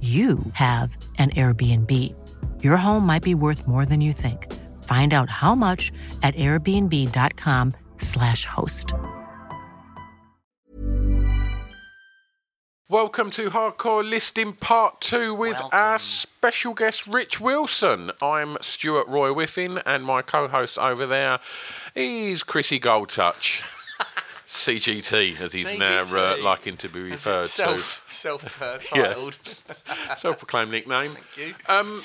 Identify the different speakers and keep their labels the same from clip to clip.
Speaker 1: you have an Airbnb. Your home might be worth more than you think. Find out how much at airbnb.com/slash host.
Speaker 2: Welcome to Hardcore Listing Part 2 with our special guest Rich Wilson. I'm Stuart Roy Whiffin, and my co host over there is Chrissy Goldtouch. CGT, as he's now uh,
Speaker 3: CGT.
Speaker 2: liking to be referred to.
Speaker 3: self self uh, titled.
Speaker 2: Self proclaimed nickname.
Speaker 3: you.
Speaker 2: Um,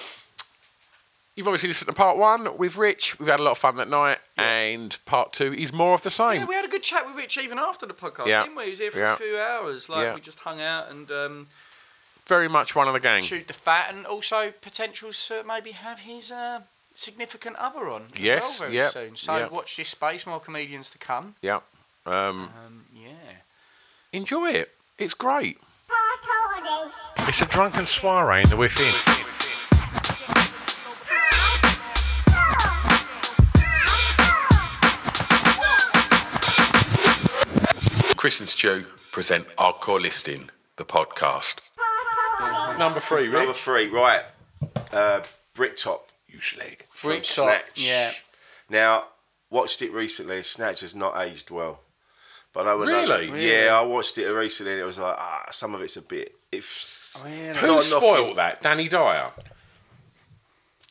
Speaker 2: you've obviously listened to part one with Rich. We've had a lot of fun that night, and part two is more of the same.
Speaker 3: yeah, we had a good chat with Rich even after the podcast,
Speaker 2: Yeah.
Speaker 3: didn't we? He was here for
Speaker 2: Yeah.
Speaker 3: a few hours. Like
Speaker 2: Yeah.
Speaker 3: we just hung out and um,
Speaker 2: Very much one of the gang.
Speaker 3: chewed the fat, and also potentials to maybe have his uh, significant other on. As
Speaker 2: Yes,
Speaker 3: well very
Speaker 2: yep,
Speaker 3: soon. So
Speaker 2: yep.
Speaker 3: watch this space. More comedians to come.
Speaker 2: Yeah. Um,
Speaker 3: Um, yeah.
Speaker 2: enjoy it. It's great.
Speaker 4: Hardcore is
Speaker 2: It's a drunken soiree in the within. Chris and Stu present our core listing, the podcast. Number three,
Speaker 5: Number three, right. Uh, Bricktop. You slag. from
Speaker 3: Bricktop,
Speaker 5: Snatch.
Speaker 3: yeah.
Speaker 5: Now, watched it recently. Snatch has not aged well. But I would
Speaker 2: Really?
Speaker 5: Like, yeah, I watched it recently and it was like, ah, some of it's a bit. If
Speaker 2: Oh, Who spoiled that? Danny Dyer.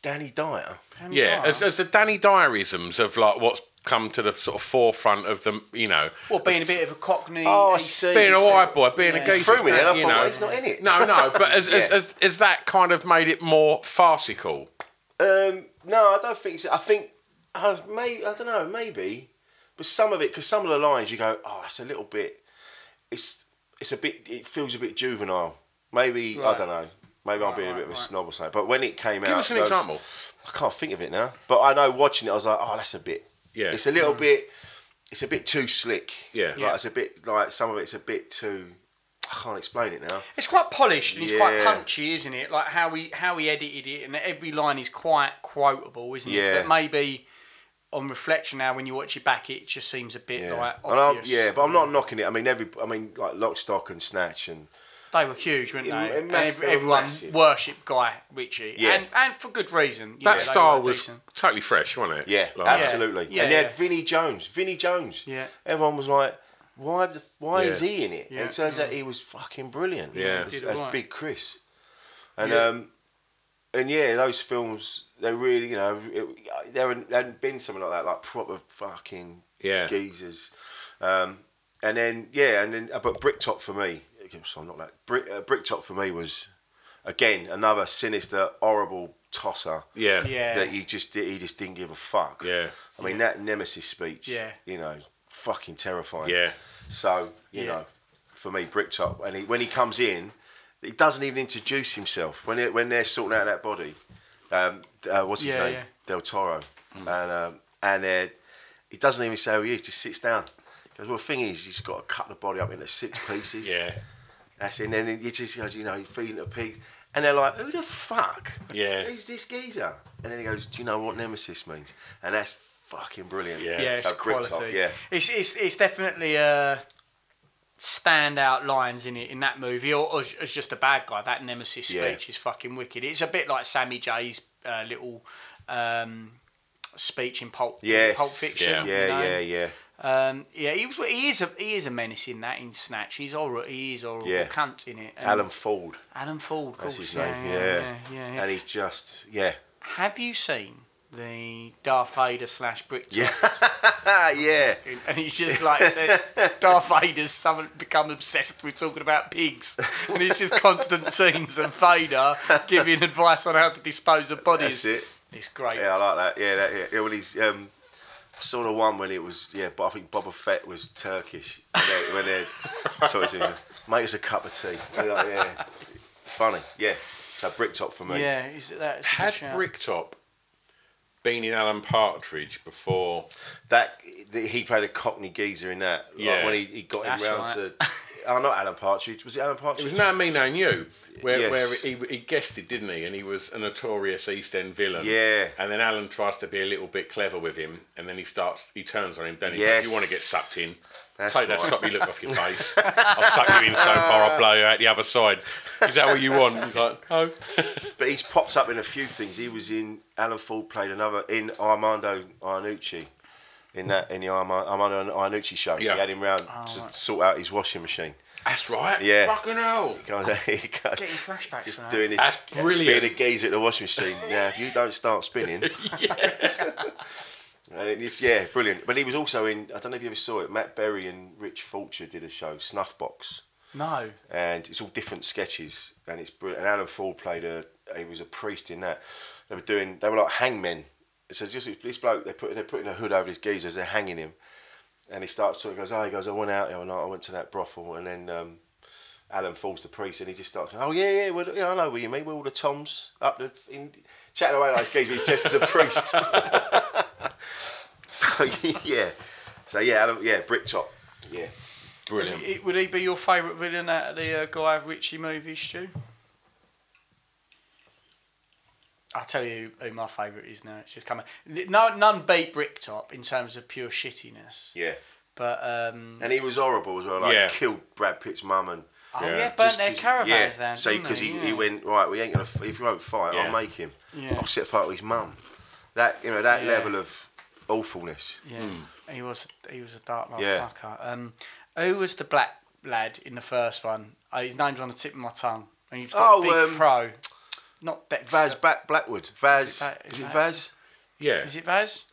Speaker 5: Danny Dyer.
Speaker 2: yeah, as, as the Danny Dyerisms of like what's come to the sort of forefront of the, you know,
Speaker 3: Well, being a bit of a cockney.
Speaker 5: Oh, I
Speaker 3: East-
Speaker 5: see.
Speaker 2: being a
Speaker 5: So-
Speaker 2: white boy, being a
Speaker 3: Yeah.
Speaker 2: geezer.
Speaker 5: Threw me then, I
Speaker 2: you
Speaker 5: thought,
Speaker 2: know.
Speaker 5: well, he's not in it.
Speaker 2: No, no, but as, as,
Speaker 5: Yeah.
Speaker 2: as, as that kind of made it more farcical.
Speaker 5: Um, no, I don't think so. I think, uh, may, I don't know, maybe. But some of it, because some of the lines you go, oh, it's a little bit. It's it's a bit. It feels a bit juvenile. Maybe, I don't know. Maybe I'm being a bit of a snob or something. But when it came
Speaker 2: Give
Speaker 5: out.
Speaker 2: us an
Speaker 5: those-
Speaker 2: example.
Speaker 5: I can't think of it now. But I know watching it, I was like, oh, that's a bit.
Speaker 2: Yeah.
Speaker 5: It's a
Speaker 3: Mm.
Speaker 5: little bit. It's a bit too slick.
Speaker 2: Yeah.
Speaker 5: Like,
Speaker 2: Yeah.
Speaker 5: It's a bit like some of it's a bit too. I can't explain it now.
Speaker 3: It's quite polished and it's quite
Speaker 5: Yeah.
Speaker 3: punchy, isn't it? Like how he how he edited it, and every line is quite quotable, isn't
Speaker 5: Yeah.
Speaker 3: it? But maybe on reflection now, when you watch it back, it just seems a bit
Speaker 5: Yeah.
Speaker 3: like
Speaker 5: And I'm-
Speaker 3: obvious.
Speaker 5: yeah, but I'm not knocking it. I mean, every. I mean, like Lock, Stock, and Snatch, and
Speaker 3: They were huge, weren't they?
Speaker 5: Yeah,
Speaker 3: And
Speaker 5: mass-
Speaker 3: ev-
Speaker 5: they were
Speaker 3: everyone
Speaker 5: massive.
Speaker 3: worshipped Guy Ritchie,
Speaker 5: Yeah.
Speaker 3: and and for good reason. You know,
Speaker 2: That
Speaker 3: they
Speaker 2: style
Speaker 3: were
Speaker 2: was
Speaker 3: decent.
Speaker 2: totally fresh, wasn't it?
Speaker 5: Yeah,
Speaker 2: Like-
Speaker 5: absolutely.
Speaker 3: Yeah,
Speaker 5: and they
Speaker 3: yeah.
Speaker 5: had Vinnie Jones. Vinnie Jones.
Speaker 3: Yeah.
Speaker 5: Everyone was like, why the, why is
Speaker 2: Yeah.
Speaker 5: he in it?
Speaker 3: Yeah, Mm.
Speaker 5: And it turns out he was fucking brilliant.
Speaker 2: Yeah.
Speaker 5: As,
Speaker 3: Did
Speaker 5: as
Speaker 3: alright.
Speaker 5: Big Chris. And
Speaker 3: Yeah.
Speaker 5: um and yeah, those films they really, you know, it, there hadn't- there hadn't been something like that, like proper fucking
Speaker 2: Yeah.
Speaker 5: geezers. Um, and then yeah, and then uh, but Bricktop for me, so I'm not that Brick, uh, Bricktop for me was again another sinister, horrible tosser
Speaker 2: Yeah.
Speaker 3: Yeah.
Speaker 5: that you just he just didn't give a fuck.
Speaker 2: Yeah.
Speaker 5: I mean that Nemesis speech.
Speaker 3: Yeah.
Speaker 5: You know, fucking terrifying.
Speaker 2: Yeah.
Speaker 5: So you
Speaker 3: Yeah.
Speaker 5: know, for me, Bricktop, and he, when he comes in, he doesn't even introduce himself when they when they're sorting out that body. Um, uh, what's his
Speaker 3: Yeah,
Speaker 5: name?
Speaker 3: yeah. Hmm.
Speaker 5: Del Toro, and um, and uh, he doesn't even say who he is. Just sits down. Goes, well, the thing is, he's got to cut the body up into six pieces.
Speaker 2: Yeah.
Speaker 5: That's it. And then you just goes, you know, you're feeding the pigs. And they're like, who the fuck?
Speaker 2: Yeah.
Speaker 5: Who's this geezer? And then he goes, do you know what nemesis means? And that's fucking brilliant.
Speaker 2: Yeah.
Speaker 3: yeah, it's
Speaker 5: So Bricktop,
Speaker 3: quality.
Speaker 5: yeah.
Speaker 3: it's it's it's definitely uh, standout lines in it in that movie, or, or as as just a bad guy. That nemesis speech
Speaker 5: Yeah.
Speaker 3: is fucking wicked. It's a bit like Sammy J's uh, little um, speech in Pulp
Speaker 5: Yes.
Speaker 3: Pulp Fiction.
Speaker 2: Yeah.
Speaker 3: you
Speaker 5: Yeah,
Speaker 3: know?
Speaker 5: yeah, yeah.
Speaker 3: Um, yeah, he was. He is a he is a menace in that in Snatch. He's horrible. He is horrible.
Speaker 5: Yeah.
Speaker 3: Cunt in it. Um,
Speaker 5: Alan Ford.
Speaker 3: Alan Ford. Of
Speaker 5: That's
Speaker 3: course.
Speaker 5: his
Speaker 3: yeah,
Speaker 5: name.
Speaker 3: Yeah. Yeah. yeah, yeah.
Speaker 5: And he just yeah.
Speaker 3: Have you seen the Darth Vader slash Brick?
Speaker 5: Yeah. Ah, yeah.
Speaker 3: And he's just like says, Darth Vader's someone become obsessed with talking about pigs, and it's just constant scenes of Vader giving advice on how to dispose of bodies.
Speaker 5: That's it.
Speaker 3: It's great.
Speaker 5: Yeah, I like that. Yeah, that, yeah. yeah when he's um, I saw the one when it was yeah, but I think Boba Fett was Turkish. When they, when they talking to him, make us a cup of tea. They're like, yeah, funny. Yeah, so brick top for me.
Speaker 3: Yeah, is it that?
Speaker 2: Had Bricktop been in Alan Partridge before?
Speaker 5: That the, he played a Cockney geezer in that. Like
Speaker 2: Yeah.
Speaker 5: when he, he got
Speaker 3: That's
Speaker 5: him round
Speaker 3: right.
Speaker 5: to. Oh, not Alan Partridge. Was it Alan Partridge?
Speaker 2: It was No Me No You, where,
Speaker 5: Yes.
Speaker 2: where he, he guested, didn't he? And he was a notorious East End villain.
Speaker 5: Yeah.
Speaker 2: And then Alan tries to be a little bit clever with him, and then he starts, he turns on him, doesn't he?
Speaker 5: Yes.
Speaker 2: If you want to get sucked in,
Speaker 5: That's
Speaker 2: take that
Speaker 5: right.
Speaker 2: sloppy look off your face. I'll suck you in so far, I'll blow you out the other side. Is that what you want? He's like, no.
Speaker 5: But he's popped up in a few things. He was in Alan Ford played another in Armando Iannucci in that in the Arma- Armando Iannucci show.
Speaker 2: Yeah.
Speaker 5: He had him round to sort out his washing machine.
Speaker 2: That's right.
Speaker 5: Yeah.
Speaker 2: Fucking hell.
Speaker 5: Go there you go.
Speaker 3: Getting flashbacks
Speaker 5: Just
Speaker 3: now.
Speaker 5: doing this.
Speaker 2: That's brilliant.
Speaker 5: Being a geezer at the washing machine. Now, if you don't start spinning. And it is- yeah, brilliant. But he was also in. I don't know if you ever saw it. Matt Berry and Rich Fulcher did a show, Snuffbox,
Speaker 3: No.
Speaker 5: and it's all different sketches, and it's brilliant. And Alan Ford played a. He was a priest in that. They were doing. They were like hangmen. So just this- this bloke, they put they're putting a hood over his geezer as they're hanging him, and he starts sort of goes, oh, he goes, I went out the other night, I went to that brothel, and then um, Alan falls to priest, and he just starts, oh yeah, yeah, well, yeah I know what you mean, we're all the toms up the in, chatting away like this geezer, he's dressed as a priest. so yeah, so yeah, Alan, yeah, Bricktop, yeah.
Speaker 2: Brilliant.
Speaker 3: Would he- Would he be your favourite villain out of the uh, Guy Ritchie movies, Stu? I'll tell you who my favourite is now. It's just coming. No, none beat Bricktop in terms of pure shittiness.
Speaker 5: Yeah.
Speaker 3: But um,
Speaker 5: And he was horrible as well. Like,
Speaker 2: Yeah.
Speaker 5: he killed Brad Pitt's mum and.
Speaker 3: oh
Speaker 2: Yeah.
Speaker 3: yeah, burnt
Speaker 5: just-
Speaker 3: their
Speaker 5: just-
Speaker 3: caravans
Speaker 5: yeah.
Speaker 3: down.
Speaker 5: So
Speaker 3: didn't
Speaker 5: because
Speaker 3: they?
Speaker 5: he,
Speaker 3: yeah.
Speaker 5: he went right, we ain't gonna. f- If you won't fight,
Speaker 2: Yeah.
Speaker 5: I'll make him.
Speaker 3: Yeah.
Speaker 5: I'll set fire to his mum. That you know that
Speaker 3: Yeah.
Speaker 5: level of awfulness.
Speaker 3: Yeah, he was he was a dark little
Speaker 5: hmm. Yeah.
Speaker 3: fucker. Um, who was the black lad in the first one? Uh, his name's on the tip of my tongue, and he's got
Speaker 5: Oh,
Speaker 3: a big
Speaker 5: um,
Speaker 3: fro. Not Dexter.
Speaker 5: Vaz Black- Blackwood. Vaz.
Speaker 3: Va- is
Speaker 5: Is it
Speaker 3: that-
Speaker 5: Vaz?
Speaker 2: yeah.
Speaker 3: Is it Vaz?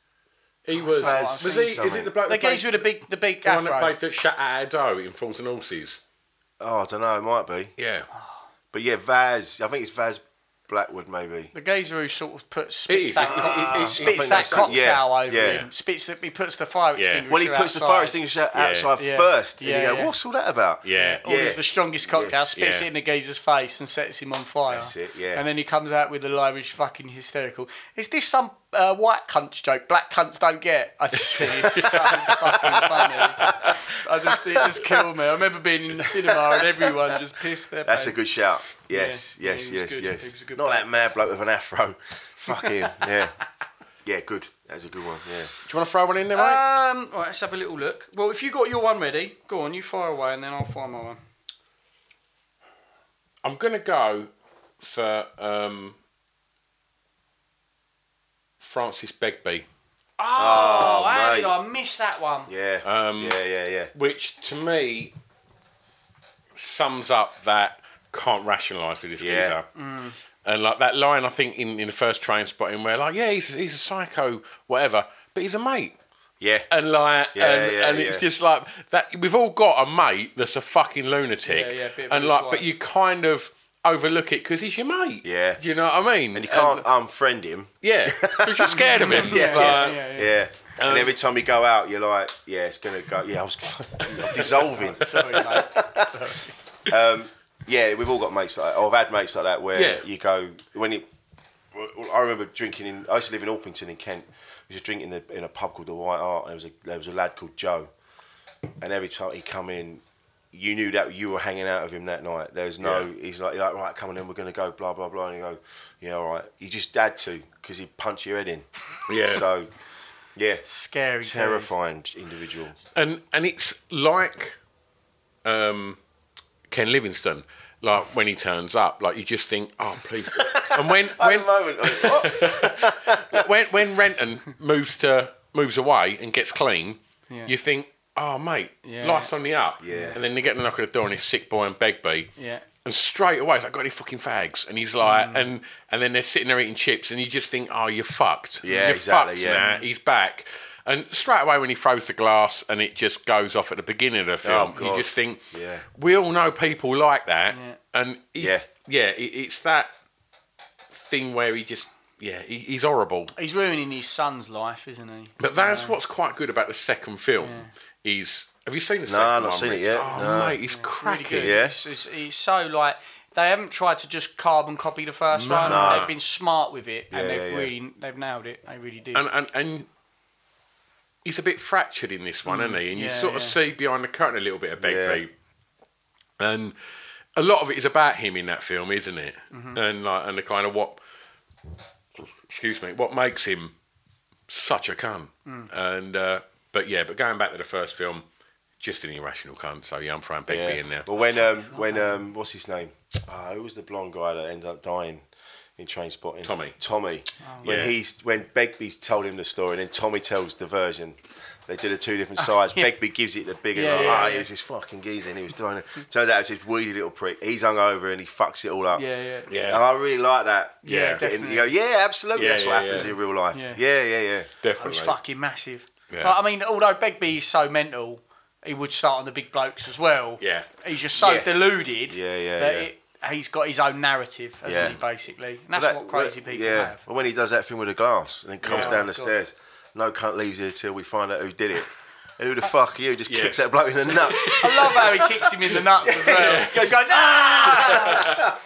Speaker 2: he was.
Speaker 5: I've
Speaker 2: was
Speaker 5: seen
Speaker 2: he, is
Speaker 5: something.
Speaker 2: it the bloke
Speaker 3: The
Speaker 2: that played,
Speaker 3: geezer with the big the big
Speaker 2: the one that
Speaker 3: afro.
Speaker 2: played the Shat Ado Oh in Fools and Horses?
Speaker 5: Oh, I don't know. It might be.
Speaker 2: Yeah.
Speaker 3: Oh.
Speaker 5: But yeah, Vaz. I think it's Vaz Blackwood maybe.
Speaker 3: The geezer who sort of puts
Speaker 2: It
Speaker 3: spits
Speaker 2: is.
Speaker 3: that,
Speaker 2: It's- it- it- it-
Speaker 5: I think
Speaker 3: spits that
Speaker 5: that's it.
Speaker 3: cocktail
Speaker 5: Yeah,
Speaker 3: over
Speaker 5: yeah.
Speaker 3: him. Spits that he puts the fire
Speaker 2: Yeah.
Speaker 3: extinguisher.
Speaker 5: When he puts the
Speaker 3: outside.
Speaker 5: fire extinguisher out-
Speaker 2: Yeah.
Speaker 5: outside
Speaker 3: Yeah.
Speaker 5: first,
Speaker 3: Yeah,
Speaker 5: and you go,
Speaker 3: yeah.
Speaker 5: "What's all that about?"
Speaker 2: Yeah.
Speaker 3: Orders the strongest cocktail,
Speaker 5: Yes,
Speaker 3: spits
Speaker 2: yeah.
Speaker 3: it in the geezer's face and sets him on fire.
Speaker 5: That's it, yeah.
Speaker 3: And then he comes out with the line which is fucking hysterical. Is this some uh, white cunt's joke black cunts don't get? I just think it's so fucking funny. I just, it just killed me. I remember being in the cinema and everyone just pissed their
Speaker 5: That's a
Speaker 3: pants.
Speaker 5: good shout. Yes,
Speaker 3: Yeah,
Speaker 5: yes,
Speaker 3: he was
Speaker 5: yes,
Speaker 3: good. He was
Speaker 5: yes.
Speaker 3: a good
Speaker 5: Not
Speaker 3: bloke.
Speaker 5: that mad bloke with an afro. Fuck him. Yeah. Yeah, good. That was a good one. Yeah.
Speaker 2: Do you want to throw one in there, mate?
Speaker 3: Um, right, let's have a little look. Well, if you got your one ready, go on, you fire away and then I'll find my one.
Speaker 2: I'm gonna go for um, Francis Begbie,
Speaker 3: Oh, how
Speaker 5: mate.
Speaker 3: did I miss that one?
Speaker 5: Yeah.
Speaker 2: Um,
Speaker 5: yeah, yeah, yeah.
Speaker 2: which to me sums up that can't rationalise with this
Speaker 5: Yeah.
Speaker 2: geezer.
Speaker 3: Mm.
Speaker 2: And like that line, I think in, in the first train spotting where like, yeah, he's he's a psycho, whatever, but he's a mate.
Speaker 5: Yeah.
Speaker 2: And like,
Speaker 5: Yeah,
Speaker 2: and,
Speaker 5: yeah,
Speaker 2: and it's
Speaker 5: yeah.
Speaker 2: just like that. We've all got a mate that's a fucking lunatic,
Speaker 3: Yeah, yeah, bit of
Speaker 2: and
Speaker 3: a
Speaker 2: like,
Speaker 3: dislike.
Speaker 2: but you kind of overlook it because he's your mate.
Speaker 5: Yeah.
Speaker 2: do you know what I mean?
Speaker 5: And you can't unfriend him.
Speaker 2: Yeah, because you're scared of him.
Speaker 5: Yeah, yeah,
Speaker 2: Like,
Speaker 5: yeah. and every time you go out, you're like, yeah, it's gonna go. Yeah, I was I'm dissolving. Um,
Speaker 3: Sorry, mate.
Speaker 5: Yeah, we've all got mates like that. I've had mates like that where
Speaker 2: Yeah.
Speaker 5: you go when you. well, I remember drinking in. I used to live in Orpington in Kent. We used to drink in, the, in a pub called the White Hart, and there was a there was a lad called Joe, and every time he come in, you knew that you were hanging out with him that night. There was no.
Speaker 2: Yeah.
Speaker 5: He's like, you're like right, come on in, we're gonna go blah blah blah, and you go, yeah, all right. You just had to because he'd punch your head in.
Speaker 2: Yeah.
Speaker 5: So, yeah,
Speaker 3: Scary. dude.
Speaker 5: terrifying individual.
Speaker 2: and and it's like um, Ken Livingston, like when he turns up, like you just think, oh please. and when
Speaker 5: At
Speaker 2: when
Speaker 5: the moment, I was, "What?"
Speaker 2: when when Renton moves to moves away and gets clean,
Speaker 3: Yeah.
Speaker 2: you think, oh, mate,
Speaker 3: Yeah.
Speaker 2: life's on the up.
Speaker 5: Yeah.
Speaker 2: And then they get the knock at the door and it's Sick Boy and Begbie.
Speaker 3: Yeah.
Speaker 2: And straight away, it's like, got any fucking fags? And he's like,
Speaker 5: Mm.
Speaker 2: and and then they're sitting there eating chips, and you just think, oh, you're fucked.
Speaker 5: Yeah,
Speaker 2: you're
Speaker 5: exactly,
Speaker 2: Fucked,
Speaker 5: yeah.
Speaker 2: Matt. He's back. And straight away, when he throws the glass and it just goes off at the beginning of the film,
Speaker 5: Oh, God.
Speaker 2: you just think,
Speaker 5: Yeah.
Speaker 2: we all know people like that. And he-
Speaker 5: Yeah.
Speaker 2: yeah, it, it's that thing where he just, yeah, he, he's horrible.
Speaker 3: He's ruining his son's life, isn't he?
Speaker 2: But that's what's quite good about the second film is. Have you seen the
Speaker 5: No,
Speaker 2: second one?
Speaker 5: I've not seen it
Speaker 2: Rich?
Speaker 5: yet,
Speaker 2: Oh,
Speaker 5: no.
Speaker 2: mate, he's cracking.
Speaker 3: Really good.
Speaker 5: Yeah.
Speaker 3: It's, it's, it's so like they haven't tried to just carbon copy the first one.
Speaker 2: No.
Speaker 3: They've been smart with it, and
Speaker 5: Yeah,
Speaker 3: they've
Speaker 5: yeah, yeah.
Speaker 3: really they've nailed it. They really did.
Speaker 2: and and and he's a bit fractured in this one, isn't he? And you
Speaker 3: Mm, yeah,
Speaker 2: sort of
Speaker 3: yeah.
Speaker 2: see behind the curtain a little bit of Begbie, and a lot of it is about him in that film, isn't it?
Speaker 3: Mm-hmm.
Speaker 2: And like and the kind of what, excuse me, what makes him such a cunt.
Speaker 3: Mm.
Speaker 2: And uh, but yeah, but going back to the first film, just an irrational cunt. So yeah, I'm throwing Begbie
Speaker 5: Yeah.
Speaker 2: in there.
Speaker 5: But when um when um what's his name? Uh, who was the blonde guy that ended up dying in train spotting?
Speaker 2: Tommy.
Speaker 5: Tommy. when
Speaker 2: Yeah.
Speaker 5: he's when Begbie's told him the story and then Tommy tells the version. They do the two different sides. Begbie gives it the bigger.
Speaker 3: Yeah,
Speaker 5: like,
Speaker 3: yeah,
Speaker 5: ah,
Speaker 3: yeah.
Speaker 5: it was this fucking geezer and he was doing it. Turns out it's this weedy little prick. He's hungover and he fucks it all up.
Speaker 3: Yeah, yeah.
Speaker 2: Yeah.
Speaker 5: And I really like that.
Speaker 2: Yeah, Yeah,
Speaker 5: Getting-
Speaker 3: definitely.
Speaker 5: You go, yeah, absolutely.
Speaker 2: Yeah,
Speaker 5: That's what
Speaker 2: yeah,
Speaker 5: happens
Speaker 2: yeah.
Speaker 5: in real life.
Speaker 3: Yeah.
Speaker 5: Yeah, yeah, yeah. yeah.
Speaker 3: It was
Speaker 2: Definitely.
Speaker 3: fucking massive.
Speaker 2: Yeah.
Speaker 3: Like, I mean, although Begbie is so mental, he would start on the big blokes as well.
Speaker 2: Yeah.
Speaker 3: He's just so
Speaker 5: Yeah.
Speaker 3: deluded
Speaker 5: Yeah, yeah,
Speaker 3: that
Speaker 5: yeah.
Speaker 3: It, he's got his own narrative, hasn't
Speaker 5: Yeah.
Speaker 3: he, basically? And that's
Speaker 5: That-
Speaker 3: what crazy
Speaker 5: well,
Speaker 3: people
Speaker 5: yeah.
Speaker 3: have.
Speaker 5: Well, when he does that thing with the glass and then comes
Speaker 3: Yeah.
Speaker 5: down the
Speaker 3: Oh, God.
Speaker 5: stairs, no cunt leaves here till we find out who did it. And who the fuck are you? Just
Speaker 2: Yeah.
Speaker 5: kicks that bloke in the nuts.
Speaker 3: I love how he kicks him in the nuts as well. He goes, goes, ah!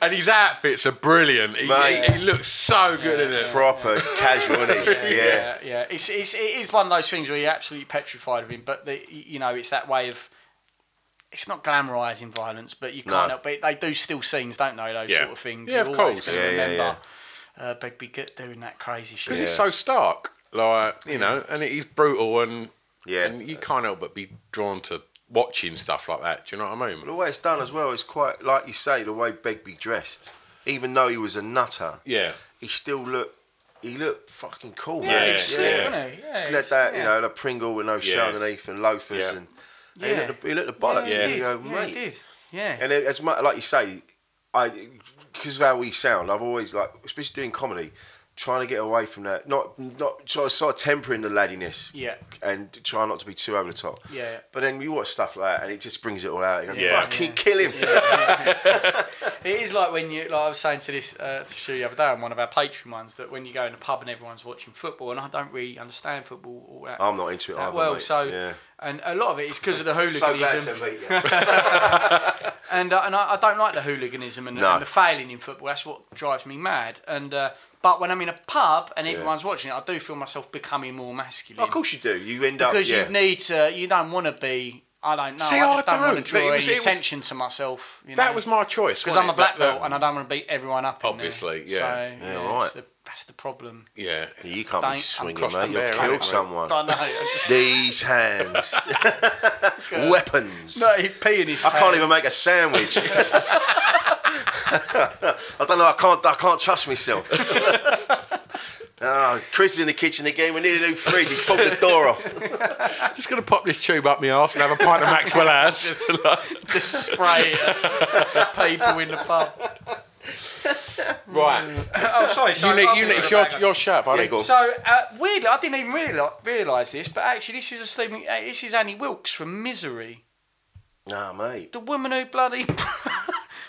Speaker 2: And his outfits are brilliant. He,
Speaker 5: Mate.
Speaker 2: he, he looks so good in it.
Speaker 5: Proper casual, isn't he? Yeah.
Speaker 3: yeah, yeah. It's, it's it is one of those things where you're absolutely petrified of him, but the, you know it's that way of. It's not glamorising violence, but you can't
Speaker 5: No.
Speaker 3: help. But they do still scenes, don't they? Those
Speaker 2: Yeah.
Speaker 3: sort of things.
Speaker 2: Yeah,
Speaker 3: You're
Speaker 2: of
Speaker 3: always
Speaker 2: course.
Speaker 3: gonna
Speaker 5: Yeah, yeah,
Speaker 3: remember
Speaker 5: yeah.
Speaker 3: Uh, Begbie Gut doing that crazy shit.
Speaker 2: because it's so stark, like you know, and it is brutal, and
Speaker 5: Yeah.
Speaker 2: and you can't help but be drawn to watching stuff like that. Do you know what I
Speaker 5: The
Speaker 2: mean?
Speaker 5: way it's done as well is quite, like you say, the way Begbie dressed. Even though he was a nutter,
Speaker 2: Yeah,
Speaker 5: he still looked, he looked fucking cool,
Speaker 3: Yeah,
Speaker 5: man.
Speaker 3: he's
Speaker 2: yeah,
Speaker 3: slick,
Speaker 2: yeah.
Speaker 3: wasn't he? Yeah,
Speaker 5: Still
Speaker 3: he's-
Speaker 5: had that,
Speaker 3: yeah.
Speaker 5: you know, the Pringle with no
Speaker 2: Yeah.
Speaker 5: shirt underneath and loafers,
Speaker 2: Yeah.
Speaker 5: and and
Speaker 3: Yeah.
Speaker 5: he looked, the- he looked the bollocks.
Speaker 3: Yeah,
Speaker 5: and
Speaker 3: he
Speaker 5: you
Speaker 3: did.
Speaker 5: go,
Speaker 3: Yeah, he
Speaker 5: mate,
Speaker 3: did. Yeah.
Speaker 5: And it, as much like you say, I because of how we sound, I've always like, especially doing comedy, trying to get away from that. Not not try to start tempering the laddiness.
Speaker 3: Yeah.
Speaker 5: And try not to be too over the top.
Speaker 3: Yeah.
Speaker 5: But then you watch stuff like that, and it just brings it all out. You go,
Speaker 2: Yeah.
Speaker 5: fucking kill him.
Speaker 3: It is like when you, like I was saying to this uh, to Sue the other day on one of our Patreon ones, that when you go in a pub and everyone's watching football, and I don't really understand football all that.
Speaker 5: I'm not into it
Speaker 3: that
Speaker 5: either,
Speaker 3: well,
Speaker 5: mate.
Speaker 3: so
Speaker 5: Yeah.
Speaker 3: and a lot of it is because of the
Speaker 5: so glad
Speaker 3: hooliganism,
Speaker 5: to meet you.
Speaker 3: and uh, and I, I don't like the hooliganism and,
Speaker 5: No.
Speaker 3: and the failing in football. That's what drives me mad. And uh, but when I'm in a pub and everyone's watching it, I do feel myself becoming more masculine.
Speaker 5: of course you do. You end up
Speaker 3: because
Speaker 5: yeah.
Speaker 3: you need to. You don't want to be. I don't know.
Speaker 2: See,
Speaker 3: I just
Speaker 2: I
Speaker 3: don't, want
Speaker 2: don't,
Speaker 3: to draw
Speaker 2: but it was-
Speaker 3: any
Speaker 2: it was-
Speaker 3: attention to myself. You know?
Speaker 2: that was my choice
Speaker 3: because
Speaker 2: wasn't
Speaker 3: I'm a
Speaker 2: it?
Speaker 3: black
Speaker 2: That- that-
Speaker 3: belt and I don't want to beat everyone up. in there.
Speaker 2: Obviously, yeah.
Speaker 3: So,
Speaker 5: Yeah,
Speaker 3: it's
Speaker 5: right.
Speaker 3: the- that's the problem.
Speaker 2: yeah,
Speaker 5: You can't
Speaker 3: Don't- I'm
Speaker 5: be swinging,
Speaker 2: crossed
Speaker 5: mate.
Speaker 2: and
Speaker 5: You'll
Speaker 2: bare,
Speaker 5: kill
Speaker 2: ain't I?
Speaker 5: someone.
Speaker 3: I know. I'm just-
Speaker 5: These hands, weapons.
Speaker 3: no, he pee in his
Speaker 5: I can't
Speaker 3: hand.
Speaker 5: even make a sandwich. I don't know. I can't. I can't trust myself. Ah, Chris is in the kitchen again. We need a new fridge. He's pulled the door off.
Speaker 2: just gonna pop this tube up my arse and have a pint of Maxwell House.
Speaker 3: just spray it at people in the pub.
Speaker 2: right,
Speaker 3: Oh, sorry.
Speaker 2: you
Speaker 3: sorry
Speaker 2: need,
Speaker 3: I'll
Speaker 2: you
Speaker 3: be
Speaker 2: need,
Speaker 3: right
Speaker 2: it's your,
Speaker 3: back.
Speaker 2: your shirt, buddy.
Speaker 5: go on.
Speaker 3: So uh, weirdly, I didn't even realize, realize this, but actually, this is a sleeping. Uh, this is Annie Wilkes from Misery,
Speaker 5: Nah, mate.
Speaker 3: the woman who bloody.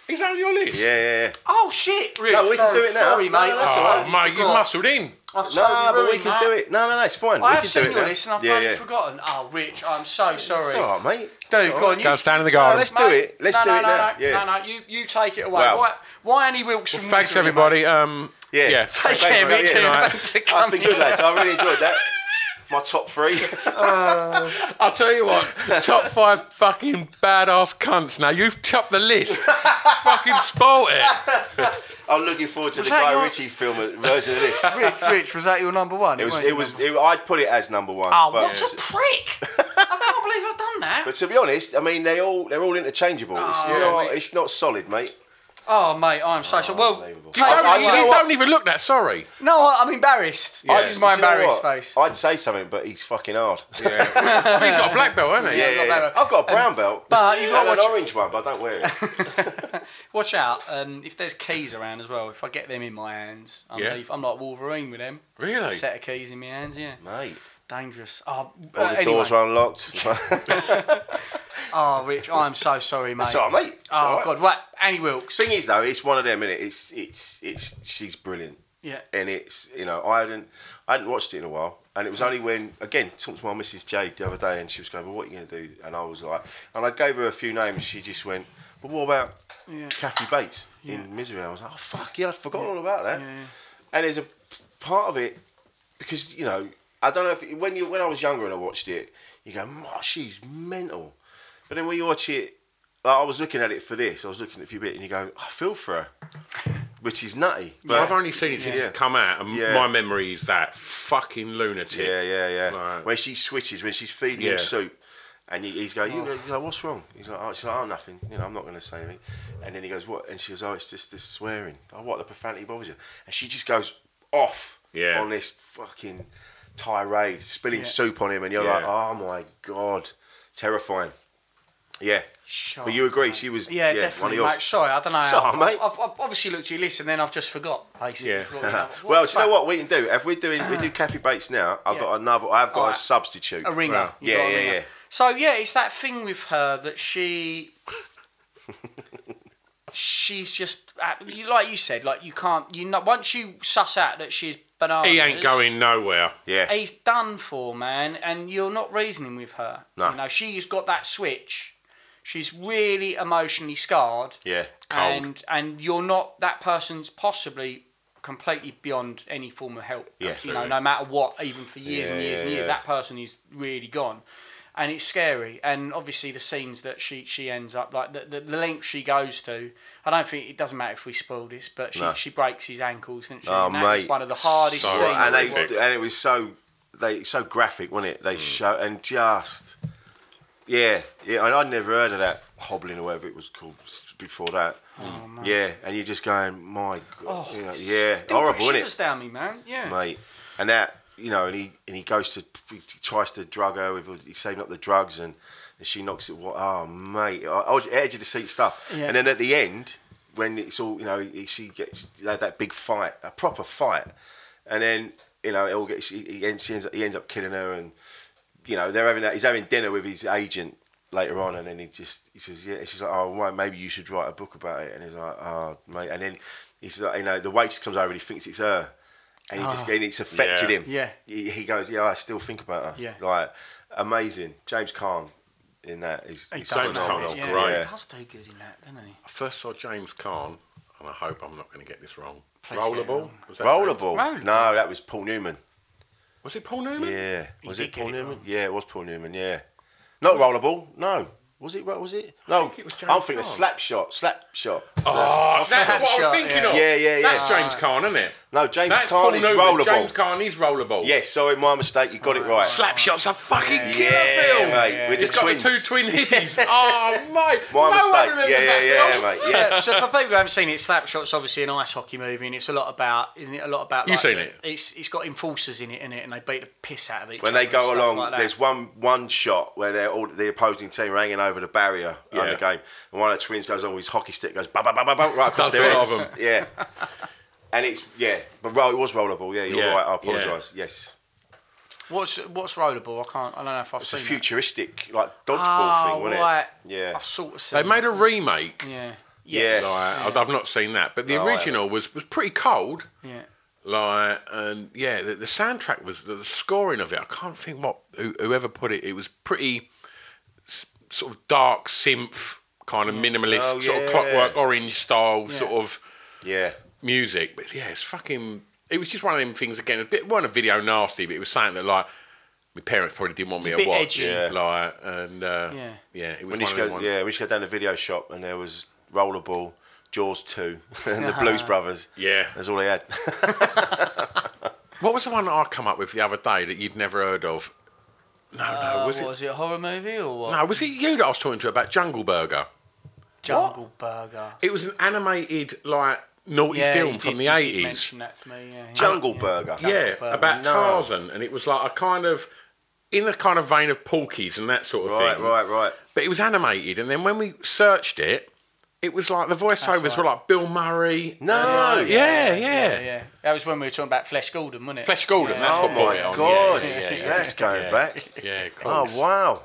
Speaker 2: Is that on your list?
Speaker 5: Yeah, yeah, yeah.
Speaker 3: oh shit! Rich,
Speaker 5: No, we can
Speaker 3: sorry,
Speaker 5: do it now.
Speaker 3: Sorry,
Speaker 5: No,
Speaker 3: mate.
Speaker 5: no, that's all
Speaker 2: Oh,
Speaker 5: right.
Speaker 2: mate, you
Speaker 3: forgot.
Speaker 2: muscled in.
Speaker 3: I've
Speaker 5: No,
Speaker 3: totally
Speaker 5: but we
Speaker 3: ruined
Speaker 5: can
Speaker 3: that.
Speaker 5: do it. No, no, no. It's fine.
Speaker 3: I
Speaker 5: we
Speaker 3: have
Speaker 5: can
Speaker 3: seen
Speaker 5: do it
Speaker 3: your
Speaker 5: now.
Speaker 3: list and I've
Speaker 5: yeah,
Speaker 3: bloody
Speaker 5: yeah.
Speaker 3: forgotten. Oh, Rich, I'm so sorry.
Speaker 5: It's all right, mate.
Speaker 3: Dude, go on. You,
Speaker 2: Go and stand in the garden.
Speaker 5: let's do it. Let's
Speaker 3: no,
Speaker 5: do
Speaker 3: no,
Speaker 5: it
Speaker 3: no,
Speaker 5: now.
Speaker 3: No,
Speaker 5: Yeah.
Speaker 3: no, no, you, you take it away.
Speaker 5: Wow.
Speaker 3: Why, why Annie Wilkes
Speaker 2: Well,
Speaker 3: from
Speaker 2: thanks
Speaker 3: Misery,
Speaker 2: everybody. Um,
Speaker 5: Yeah.
Speaker 2: yeah.
Speaker 3: Mate? Take
Speaker 5: Thanks
Speaker 3: care,
Speaker 5: for
Speaker 3: Rich.
Speaker 5: that, yeah.
Speaker 3: Thanks for
Speaker 5: That's
Speaker 3: coming.
Speaker 5: been good, lads. I really enjoyed that. My top three.
Speaker 2: I'll tell you what, top five fucking badass cunts. Now you've chopped the list. fucking spoilt it.
Speaker 5: I'm looking forward to
Speaker 3: Was
Speaker 5: the
Speaker 3: that
Speaker 5: Guy
Speaker 3: your-
Speaker 5: Ritchie film version of this.
Speaker 3: Rich, Rich, was that your number one?
Speaker 5: It was.
Speaker 3: weren't
Speaker 5: It
Speaker 3: your
Speaker 5: was.
Speaker 3: number-
Speaker 5: It, I'd put it as number one.
Speaker 3: Oh,
Speaker 5: but-
Speaker 3: what a prick! I can't believe I've done that.
Speaker 5: But to be honest, I mean they all they're all interchangeable. It's,
Speaker 3: Oh,
Speaker 5: not,
Speaker 3: mate.
Speaker 5: it's not solid, mate.
Speaker 3: Oh, mate, I'm so sorry. Well,
Speaker 5: unbelievable.
Speaker 3: take
Speaker 2: Don't,
Speaker 5: I-
Speaker 2: you
Speaker 3: it
Speaker 5: do you
Speaker 3: away.
Speaker 5: know
Speaker 2: don't even look that sorry.
Speaker 3: No, I- I'm embarrassed.
Speaker 2: Yeah.
Speaker 3: This is my
Speaker 5: Do you know
Speaker 3: embarrassed
Speaker 5: what?
Speaker 3: face.
Speaker 5: I'd say something, but he's fucking hard.
Speaker 2: Well, he's got a black belt, hasn't he?
Speaker 3: Yeah, yeah.
Speaker 5: I've got a brown belt,
Speaker 3: but you've got
Speaker 5: and
Speaker 3: what
Speaker 5: an
Speaker 3: you-
Speaker 5: orange one, but I don't wear it.
Speaker 3: Watch out, um, if there's keys around as well, if I get them in my hands, I'm,
Speaker 2: Yeah.
Speaker 3: leave- I'm like Wolverine with them.
Speaker 2: Really?
Speaker 3: set of keys in my hands, yeah.
Speaker 5: Mate,
Speaker 3: Dangerous. Oh,
Speaker 5: all
Speaker 3: uh,
Speaker 5: the
Speaker 3: anyway.
Speaker 5: doors are unlocked. That's
Speaker 3: Oh, Rich, I'm so sorry, mate.
Speaker 5: all right, mate. It's
Speaker 3: Oh,
Speaker 5: all right.
Speaker 3: God. Right, Annie Wilkes.
Speaker 5: Thing is, though, it's one of them, innit? It's it's it's she's brilliant,
Speaker 3: yeah.
Speaker 5: and it's you know I hadn't I hadn't watched it in a while, and it was only when again talked to my Mrs Jade the other day, and she was going, "Well, what are you gonna do?" And I was like, and I gave her a few names. She just went, "But what about
Speaker 3: Yeah.
Speaker 5: Kathy Bates in Misery?" I was like, "Oh fuck yeah, I'd forgotten all about that." And there's a part of it because you know I don't know if when you when I was younger and I watched it, you go, "Mwah, she's mental," but then when you watch it, like, I was looking at it for this, I was looking at a few bit, and you go, "I feel for her," which is nutty. But
Speaker 2: I've only seen it since
Speaker 5: Yeah.
Speaker 2: it come out, and
Speaker 5: Yeah.
Speaker 2: my memory is that fucking lunatic.
Speaker 5: Yeah, yeah, yeah.
Speaker 2: Right.
Speaker 5: When she switches, when she's feeding
Speaker 2: Yeah. Oh.
Speaker 5: him soup, and he, he's going, you know, he's like, what's wrong? He's like, oh, she's like, oh, nothing. You know, I'm not going to say anything. And then he goes, what? And she goes, oh, it's just this swearing. Oh, what? The profanity bothers you? And she just goes off
Speaker 2: Yeah.
Speaker 5: on this fucking tirade, spilling soup on him, and you're
Speaker 2: Yeah.
Speaker 5: like, oh my god, terrifying. Yeah.
Speaker 3: Sure,
Speaker 5: but you agree, she was
Speaker 3: Yeah,
Speaker 5: one of
Speaker 3: definitely,
Speaker 5: yours.
Speaker 3: mate. Sorry, I don't know.
Speaker 5: It's all right,
Speaker 3: I've,
Speaker 5: mate.
Speaker 3: I've, I've obviously looked at your list and then I've just forgot, basically.
Speaker 2: Yeah.
Speaker 3: Forgot, you know, what
Speaker 5: well,
Speaker 3: the
Speaker 5: do you know
Speaker 3: fuck?
Speaker 5: what we can do? If we're doing, we do Kathy Bates now. I've
Speaker 3: Yeah.
Speaker 5: got another. I've got
Speaker 3: All
Speaker 5: a
Speaker 3: right.
Speaker 5: substitute.
Speaker 3: A ringer.
Speaker 2: Wow.
Speaker 3: You've
Speaker 5: Yeah,
Speaker 3: got a
Speaker 5: yeah,
Speaker 3: ringer.
Speaker 5: yeah.
Speaker 3: So yeah, it's that thing with her that she. She's just at- you- like you said, like you can't you know once you suss out that she's bananas.
Speaker 2: He ain't going nowhere.
Speaker 5: Yeah.
Speaker 3: He's done for, man, and you're not reasoning with her.
Speaker 5: No.
Speaker 3: You know she's got that switch. She's really emotionally scarred.
Speaker 5: Yeah.
Speaker 2: Cold.
Speaker 3: And and you're not that person's possibly completely beyond any form of help.
Speaker 5: Yeah,
Speaker 3: you know, no matter what, even for years and
Speaker 5: Yeah,
Speaker 3: years and
Speaker 5: yeah,
Speaker 3: years,
Speaker 5: yeah.
Speaker 3: that person is really gone. And it's scary, and obviously the scenes that she, she ends up like the, the, the length she goes to. I don't think it doesn't matter if we spoil this, but she,
Speaker 5: No.
Speaker 3: she breaks his ankles, doesn't she?
Speaker 5: Oh,
Speaker 3: and that was
Speaker 5: mate.
Speaker 3: one of the hardest
Speaker 2: So
Speaker 3: scenes.
Speaker 2: Right,
Speaker 5: and,
Speaker 3: I've
Speaker 5: they,
Speaker 2: horrific.
Speaker 5: and it was so they so graphic, wasn't it? They show and just yeah, yeah. And I'd never heard of that hobbling or whatever it was called s- before that. yeah, and you're just going, my god, you know, yeah,
Speaker 3: Oh, Still
Speaker 5: horrible,
Speaker 3: put
Speaker 5: isn't
Speaker 3: shivers
Speaker 5: it,
Speaker 3: down me, man. Yeah.
Speaker 5: mate? And that you know, and he and he goes to he tries to drug her with he's saving up the drugs and, and she knocks it. What? Oh, mate, I, I was edge of the seat stuff.
Speaker 3: Yeah.
Speaker 5: And then at the end, when it's all you know, he, she gets they had that big fight, a proper fight, and then you know it all gets he, he ends, she ends up, he ends up killing her, and you know they're having that he's having dinner with his agent later on, and then he just he says yeah, she's like oh right, maybe you should write a book about it, and he's like oh mate, and then he's like you know the waitress comes over and he thinks it's her, and he just and it's affected
Speaker 2: Yeah.
Speaker 5: him,
Speaker 3: Ah. Yeah.
Speaker 5: He, he goes yeah, I still think about her,
Speaker 3: Yeah.
Speaker 5: like amazing, James Caan in that is
Speaker 3: He
Speaker 5: is
Speaker 3: does
Speaker 2: James
Speaker 3: do
Speaker 5: phenomenal.
Speaker 2: Caan,
Speaker 3: it, yeah.
Speaker 2: great.
Speaker 3: He does do good in that, doesn't he?
Speaker 2: I first saw James Caan, and I hope I'm not going to get this wrong.
Speaker 3: Please
Speaker 2: Rollable? Was that James?
Speaker 5: Rollable.
Speaker 3: Rollable.
Speaker 5: No, that was Paul Newman.
Speaker 2: Was it Paul Newman?
Speaker 5: Yeah. Was
Speaker 3: did
Speaker 5: it Paul
Speaker 3: get it
Speaker 5: Newman? Yeah, it was Paul Newman. Yeah. Not Rollable. No. Was it? Was it? No.
Speaker 2: think it was
Speaker 5: I'm
Speaker 2: James
Speaker 5: thinking
Speaker 2: Bond.
Speaker 5: of Slap Shot. Slap Shot.
Speaker 2: Oh, that's what I
Speaker 3: Shot,
Speaker 2: was thinking
Speaker 3: yeah.
Speaker 2: of.
Speaker 5: Yeah, yeah, yeah.
Speaker 2: That's James Caan, isn't it?
Speaker 5: No, James
Speaker 2: That's
Speaker 5: Caan
Speaker 2: Paul
Speaker 5: is
Speaker 2: Newman.
Speaker 5: rollable.
Speaker 2: James Caan is rollable.
Speaker 5: Yeah. Sorry, my mistake. You got it right.
Speaker 2: Slapshot's a fucking
Speaker 5: Yeah,
Speaker 2: killer film.
Speaker 5: mate. With
Speaker 2: It's
Speaker 5: the
Speaker 2: got
Speaker 5: twins.
Speaker 2: the two twin hippies. oh, mate.
Speaker 5: My
Speaker 2: no One
Speaker 5: mistake.
Speaker 2: remembers
Speaker 5: Yeah, yeah,
Speaker 2: that
Speaker 5: yeah,
Speaker 2: film.
Speaker 5: mate. Yeah.
Speaker 3: so, so for people who haven't seen it, Slapshot's obviously an ice hockey movie, and it's a lot about, isn't it? A lot about.
Speaker 2: You've
Speaker 3: like,
Speaker 2: seen it.
Speaker 3: It's it's got enforcers in it, in it, and they beat the piss out of each
Speaker 5: When
Speaker 3: other.
Speaker 5: they
Speaker 3: and
Speaker 5: go
Speaker 3: stuff
Speaker 5: along,
Speaker 3: like that.
Speaker 5: there's one one shot where they're all the opposing team are hanging over the barrier on
Speaker 2: Yeah.
Speaker 5: the game, and one of the twins goes on with his hockey stick, goes ba ba ba ba ba right across their
Speaker 2: That's
Speaker 5: heads.
Speaker 2: one of
Speaker 5: Yeah, and it's yeah, but roll, it was rollable. Yeah, you're
Speaker 2: Yeah,
Speaker 5: right. I
Speaker 2: yeah.
Speaker 5: apologise. Yes.
Speaker 3: What's what's rollable? I can't. I don't know if I've
Speaker 5: It's a
Speaker 3: seen. that.
Speaker 5: futuristic, like dodgeball
Speaker 3: Ah,
Speaker 5: thing, wasn't
Speaker 3: right.
Speaker 5: it? Yeah.
Speaker 3: I've sort of seen.
Speaker 2: They made
Speaker 3: it.
Speaker 2: a remake.
Speaker 3: Yeah.
Speaker 5: Yeah.
Speaker 2: Like, I've not seen that, but the
Speaker 5: No, I haven't.
Speaker 2: original was, was pretty cold.
Speaker 3: Yeah.
Speaker 2: Like and yeah, the, the soundtrack was the, the scoring of it. I can't think what who, whoever put it. It was pretty s- sort of dark synth kind of minimalist,
Speaker 5: Oh,
Speaker 2: sort of
Speaker 5: yeah.
Speaker 2: Clockwork Orange style
Speaker 3: Yeah.
Speaker 2: sort of
Speaker 5: Yeah.
Speaker 2: music. But yeah, it's fucking. It was just one of them things again. A bit weren't a video nasty, but it was something that like my parents probably didn't want me
Speaker 3: a
Speaker 2: to
Speaker 3: bit
Speaker 2: watch.
Speaker 3: edgy.
Speaker 5: Yeah.
Speaker 2: Like and uh,
Speaker 3: Yeah.
Speaker 2: yeah, it was
Speaker 5: When you
Speaker 2: one of
Speaker 5: should
Speaker 2: them
Speaker 5: go,
Speaker 2: ones.
Speaker 5: yeah, we should go down the video shop, and there was rollerball, Jaws two, and the Blues Brothers.
Speaker 2: Yeah.
Speaker 5: That's all they had.
Speaker 2: What was the one that I come up with the other day that you'd never heard of? No, no,
Speaker 3: Uh,
Speaker 2: was
Speaker 3: what,
Speaker 2: it?
Speaker 3: was it a horror movie or what?
Speaker 2: No, was it you that I was talking to about Jungle Burger?
Speaker 3: Jungle Burger.
Speaker 2: It was an animated like naughty
Speaker 3: Yeah,
Speaker 2: film
Speaker 3: you
Speaker 2: from
Speaker 3: did-
Speaker 2: the
Speaker 3: you did
Speaker 2: eighties.
Speaker 3: mention that to me, yeah, yeah.
Speaker 5: Jungle
Speaker 3: Yeah.
Speaker 5: Burger.
Speaker 2: Yeah,
Speaker 3: Burger.
Speaker 2: about
Speaker 5: No.
Speaker 2: Tarzan, and it was like a kind of in the kind of vein of Porky's and that sort of
Speaker 5: Right,
Speaker 2: thing.
Speaker 5: right, right.
Speaker 2: But it was animated, and then when we searched it, it was like the voiceovers were like Bill Murray.
Speaker 5: No.
Speaker 2: yeah, yeah.
Speaker 3: Yeah, yeah. That was when we were talking about Flesh Golden, wasn't it?
Speaker 2: Flesh Golden, that's
Speaker 5: Oh
Speaker 2: what brought
Speaker 5: my
Speaker 2: it on.
Speaker 5: god,
Speaker 2: Yeah, yeah, yeah, yeah.
Speaker 5: that's going
Speaker 2: Yeah.
Speaker 5: back.
Speaker 2: Yeah, of
Speaker 5: Oh
Speaker 2: course.
Speaker 5: wow,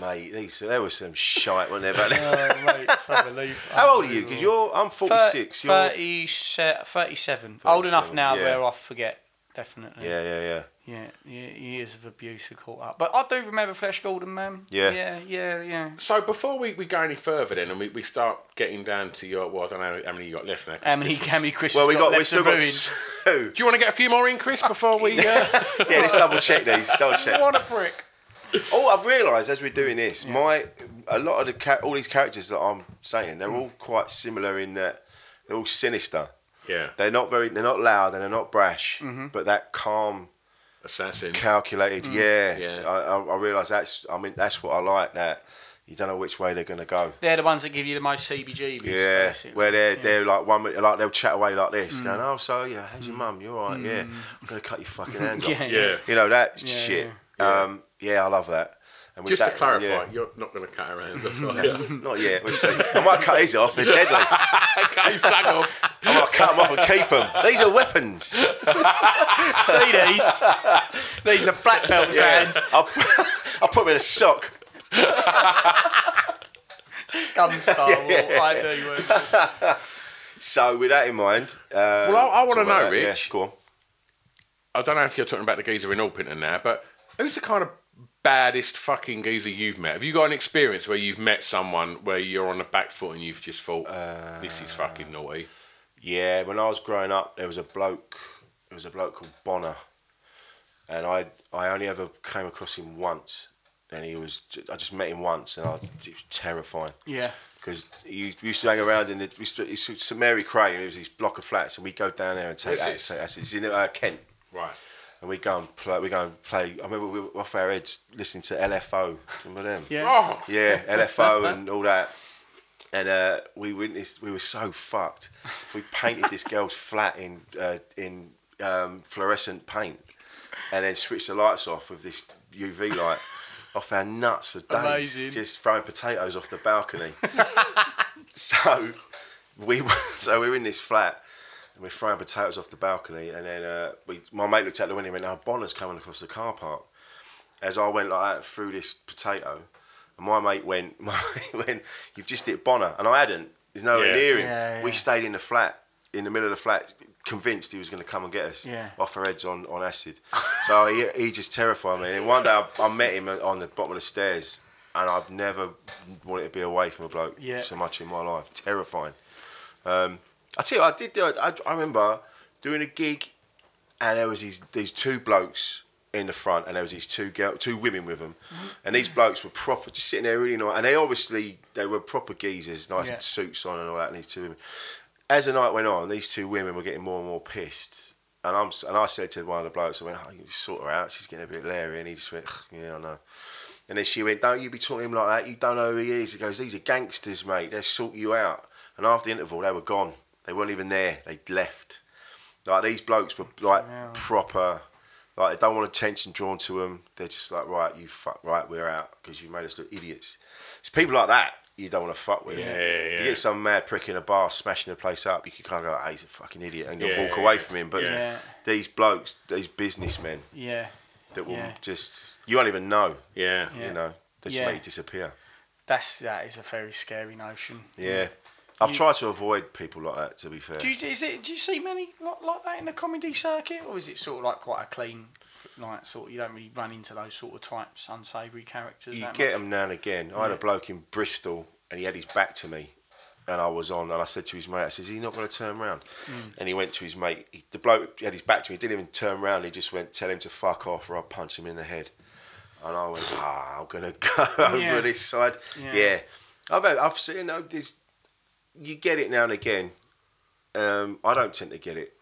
Speaker 5: mate, these there was some shite, wasn't there? Back then?
Speaker 3: Oh, mate, it's unbelievable.
Speaker 5: How old are you? Because you're, I'm 46.
Speaker 3: Thir-
Speaker 5: you're,
Speaker 3: 30 se- 37. Old enough
Speaker 5: 37,
Speaker 3: now
Speaker 5: yeah.
Speaker 3: where I forget, definitely.
Speaker 5: yeah, yeah, yeah.
Speaker 3: Yeah, yeah, years of abuse are caught up. But I do remember Flesh Golden, man.
Speaker 5: Yeah.
Speaker 3: Yeah, yeah, yeah.
Speaker 2: So before we, we go any further, then, and we, we start getting down to your, well, I don't know how many you got left now. 'cause
Speaker 3: How many,
Speaker 2: this is-
Speaker 3: how many Chris
Speaker 5: Well, we got,
Speaker 3: got,
Speaker 5: we
Speaker 3: left
Speaker 5: still
Speaker 3: to
Speaker 5: got
Speaker 3: ruin?
Speaker 5: two.
Speaker 2: Do you want to get a few more in, Chris, before we? Uh...
Speaker 5: yeah, let's double check these. Double check.
Speaker 3: What a prick.
Speaker 5: Oh, I've realised as we're doing this, my a lot of the cha- all these characters that I'm saying, they're all quite similar in that they're all sinister.
Speaker 2: yeah,
Speaker 5: They're not very, they're not loud and they're not brash,
Speaker 2: Mm-hmm.
Speaker 5: but that calm,
Speaker 2: assassin.
Speaker 5: calculated. Yeah,
Speaker 2: Mm. Yeah.
Speaker 5: I, I, I realise that's. I mean, that's what I like. That you don't know which way they're gonna go.
Speaker 3: They're the ones that give you the most heebie-jeebies.
Speaker 5: Yeah,
Speaker 3: basically.
Speaker 5: where they're they're like one minute- like they'll chat away like this,
Speaker 2: Mm.
Speaker 5: going, "Oh, so yeah, how's your mum? You're all right, yeah. I'm gonna cut your fucking hand
Speaker 3: Yeah,
Speaker 5: off."
Speaker 2: yeah.
Speaker 5: you know that shit.
Speaker 2: Yeah.
Speaker 5: Um, yeah, I love that. And with
Speaker 2: Just to
Speaker 5: that,
Speaker 2: clarify,
Speaker 5: yeah.
Speaker 2: you're not going to cut around. That's right. yeah.
Speaker 5: not yet. We'll see. I might cut his off. They're deadly. I
Speaker 2: Okay, plug off.
Speaker 5: might cut them off and keep them. These are weapons.
Speaker 3: See these? these are black belt hands.
Speaker 5: I'll, I'll put them in a sock.
Speaker 3: Scum Star Wars. I do. words.
Speaker 5: So with that in mind, uh, well,
Speaker 2: I- I wanna know, Rich.
Speaker 5: Yeah, go on.
Speaker 2: I don't know if you're talking about the geezer in Alpington now, but who's the kind of baddest fucking geezer you've met? Have you got an experience where you've met someone where you're on the back foot and you've just thought, this is fucking
Speaker 5: Uh.
Speaker 2: naughty?
Speaker 5: Yeah, when I was growing up, there was a bloke. There was a bloke called Bonner, and I I only ever came across him once, and he was ju- I just met him once, and I, it was terrifying
Speaker 3: Yeah.
Speaker 5: because he used to hang around in the we used to, it's St Mary Cray, and it was this block of flats, and we would go down there and take
Speaker 2: Where's
Speaker 5: acids.
Speaker 2: this?
Speaker 5: take acids. It's in uh, Kent,
Speaker 2: Right.
Speaker 5: and we go and play. We go and play. I remember we were off our heads listening to LFO. Do you remember them?
Speaker 3: Yeah.
Speaker 2: Oh,
Speaker 5: Yeah, LFO and all that. And uh, we witnessed, we were so fucked. We painted this girl's flat in uh, in um, fluorescent paint, and then switched the lights off with this UV light. off our nuts for days,
Speaker 3: Amazing.
Speaker 5: just throwing potatoes off the balcony. so we were- so we were in this flat. And we're throwing potatoes off the balcony, and then uh, we, my mate looked out the window and went, "Now Bonner's coming across the car park." as I went like that through this potato, and my mate went, my mate went, you've just hit Bonner, and I hadn't. There's nowhere
Speaker 2: Yeah.
Speaker 5: near him.
Speaker 3: Yeah, yeah.
Speaker 5: We stayed in the flat, in the middle of the flat, convinced he was going to come and get us.
Speaker 3: Yeah.
Speaker 5: Off our heads on, on acid. so he, he just terrified me. And one day I, I met him on the bottom of the stairs, and I've never wanted to be away from a bloke
Speaker 3: Yeah.
Speaker 5: so much in my life. Terrifying. Um, I tell you, I did. do it. I, I remember doing a gig, and there was these these two blokes in the front, and there was these two girl, two women with them,
Speaker 3: Mm-hmm.
Speaker 5: and these blokes were proper, just sitting there really nice, and they obviously they were proper geezers, nice
Speaker 3: Yeah.
Speaker 5: suits on and all that. And these two women, as the night went on, these two women were getting more and more pissed. And I'm s- and I said to one of the blokes, I went, oh, you sort her out. She's getting a bit leery. And he just went, "Ugh, yeah, I know. And then she went, don't you be talking to him like that. You don't know who he is. He goes, these are gangsters, mate. They'll sort you out. And after the interval, they were gone. They weren't even there. They left. Like these blokes were like proper. Like they don't want attention drawn to them. They're just like, right, you fuck, right, we're out because you made us look idiots. It's people like that you don't want to fuck with.
Speaker 2: yeah, yeah.
Speaker 5: You get some mad prick in a bar smashing the place up. You could kind of go, hey, he's a fucking idiot, and you'll
Speaker 2: Yeah,
Speaker 5: walk
Speaker 2: yeah,
Speaker 5: away
Speaker 2: yeah.
Speaker 5: from him. But
Speaker 3: Yeah.
Speaker 5: these blokes, these businessmen
Speaker 3: Yeah.
Speaker 5: that will
Speaker 3: Yeah.
Speaker 5: just you won't even know.
Speaker 2: yeah.
Speaker 3: Yeah.
Speaker 5: You know, they just
Speaker 3: Yeah.
Speaker 5: make you disappear.
Speaker 3: That's, that is a very scary notion.
Speaker 5: Yeah. I've tried to avoid people like that. To be fair,
Speaker 3: Mm. Do you, is it, do you see many like, like that in the comedy circuit, or is it sort of like quite a clean, like sort of, you don't really run into those sort of types, unsavoury characters?
Speaker 5: you
Speaker 3: that
Speaker 5: get
Speaker 3: much?
Speaker 5: them now and again. I had a bloke in Bristol, and he had his back to me, and I was on, and I said to his mate, "I says, he's not going to turn round."
Speaker 3: Mm.
Speaker 5: And he went to his mate. He, the bloke had his back to me. He didn't even turn round. He just went, "Tell him to fuck off, or I'll punch him in the head." And I went, "Ah, I'm going to go over
Speaker 3: Yeah.
Speaker 5: this side."
Speaker 3: Yeah.
Speaker 5: Yeah, I've had, I've seen uh, this. You get it now and again. Um, I don't tend to get it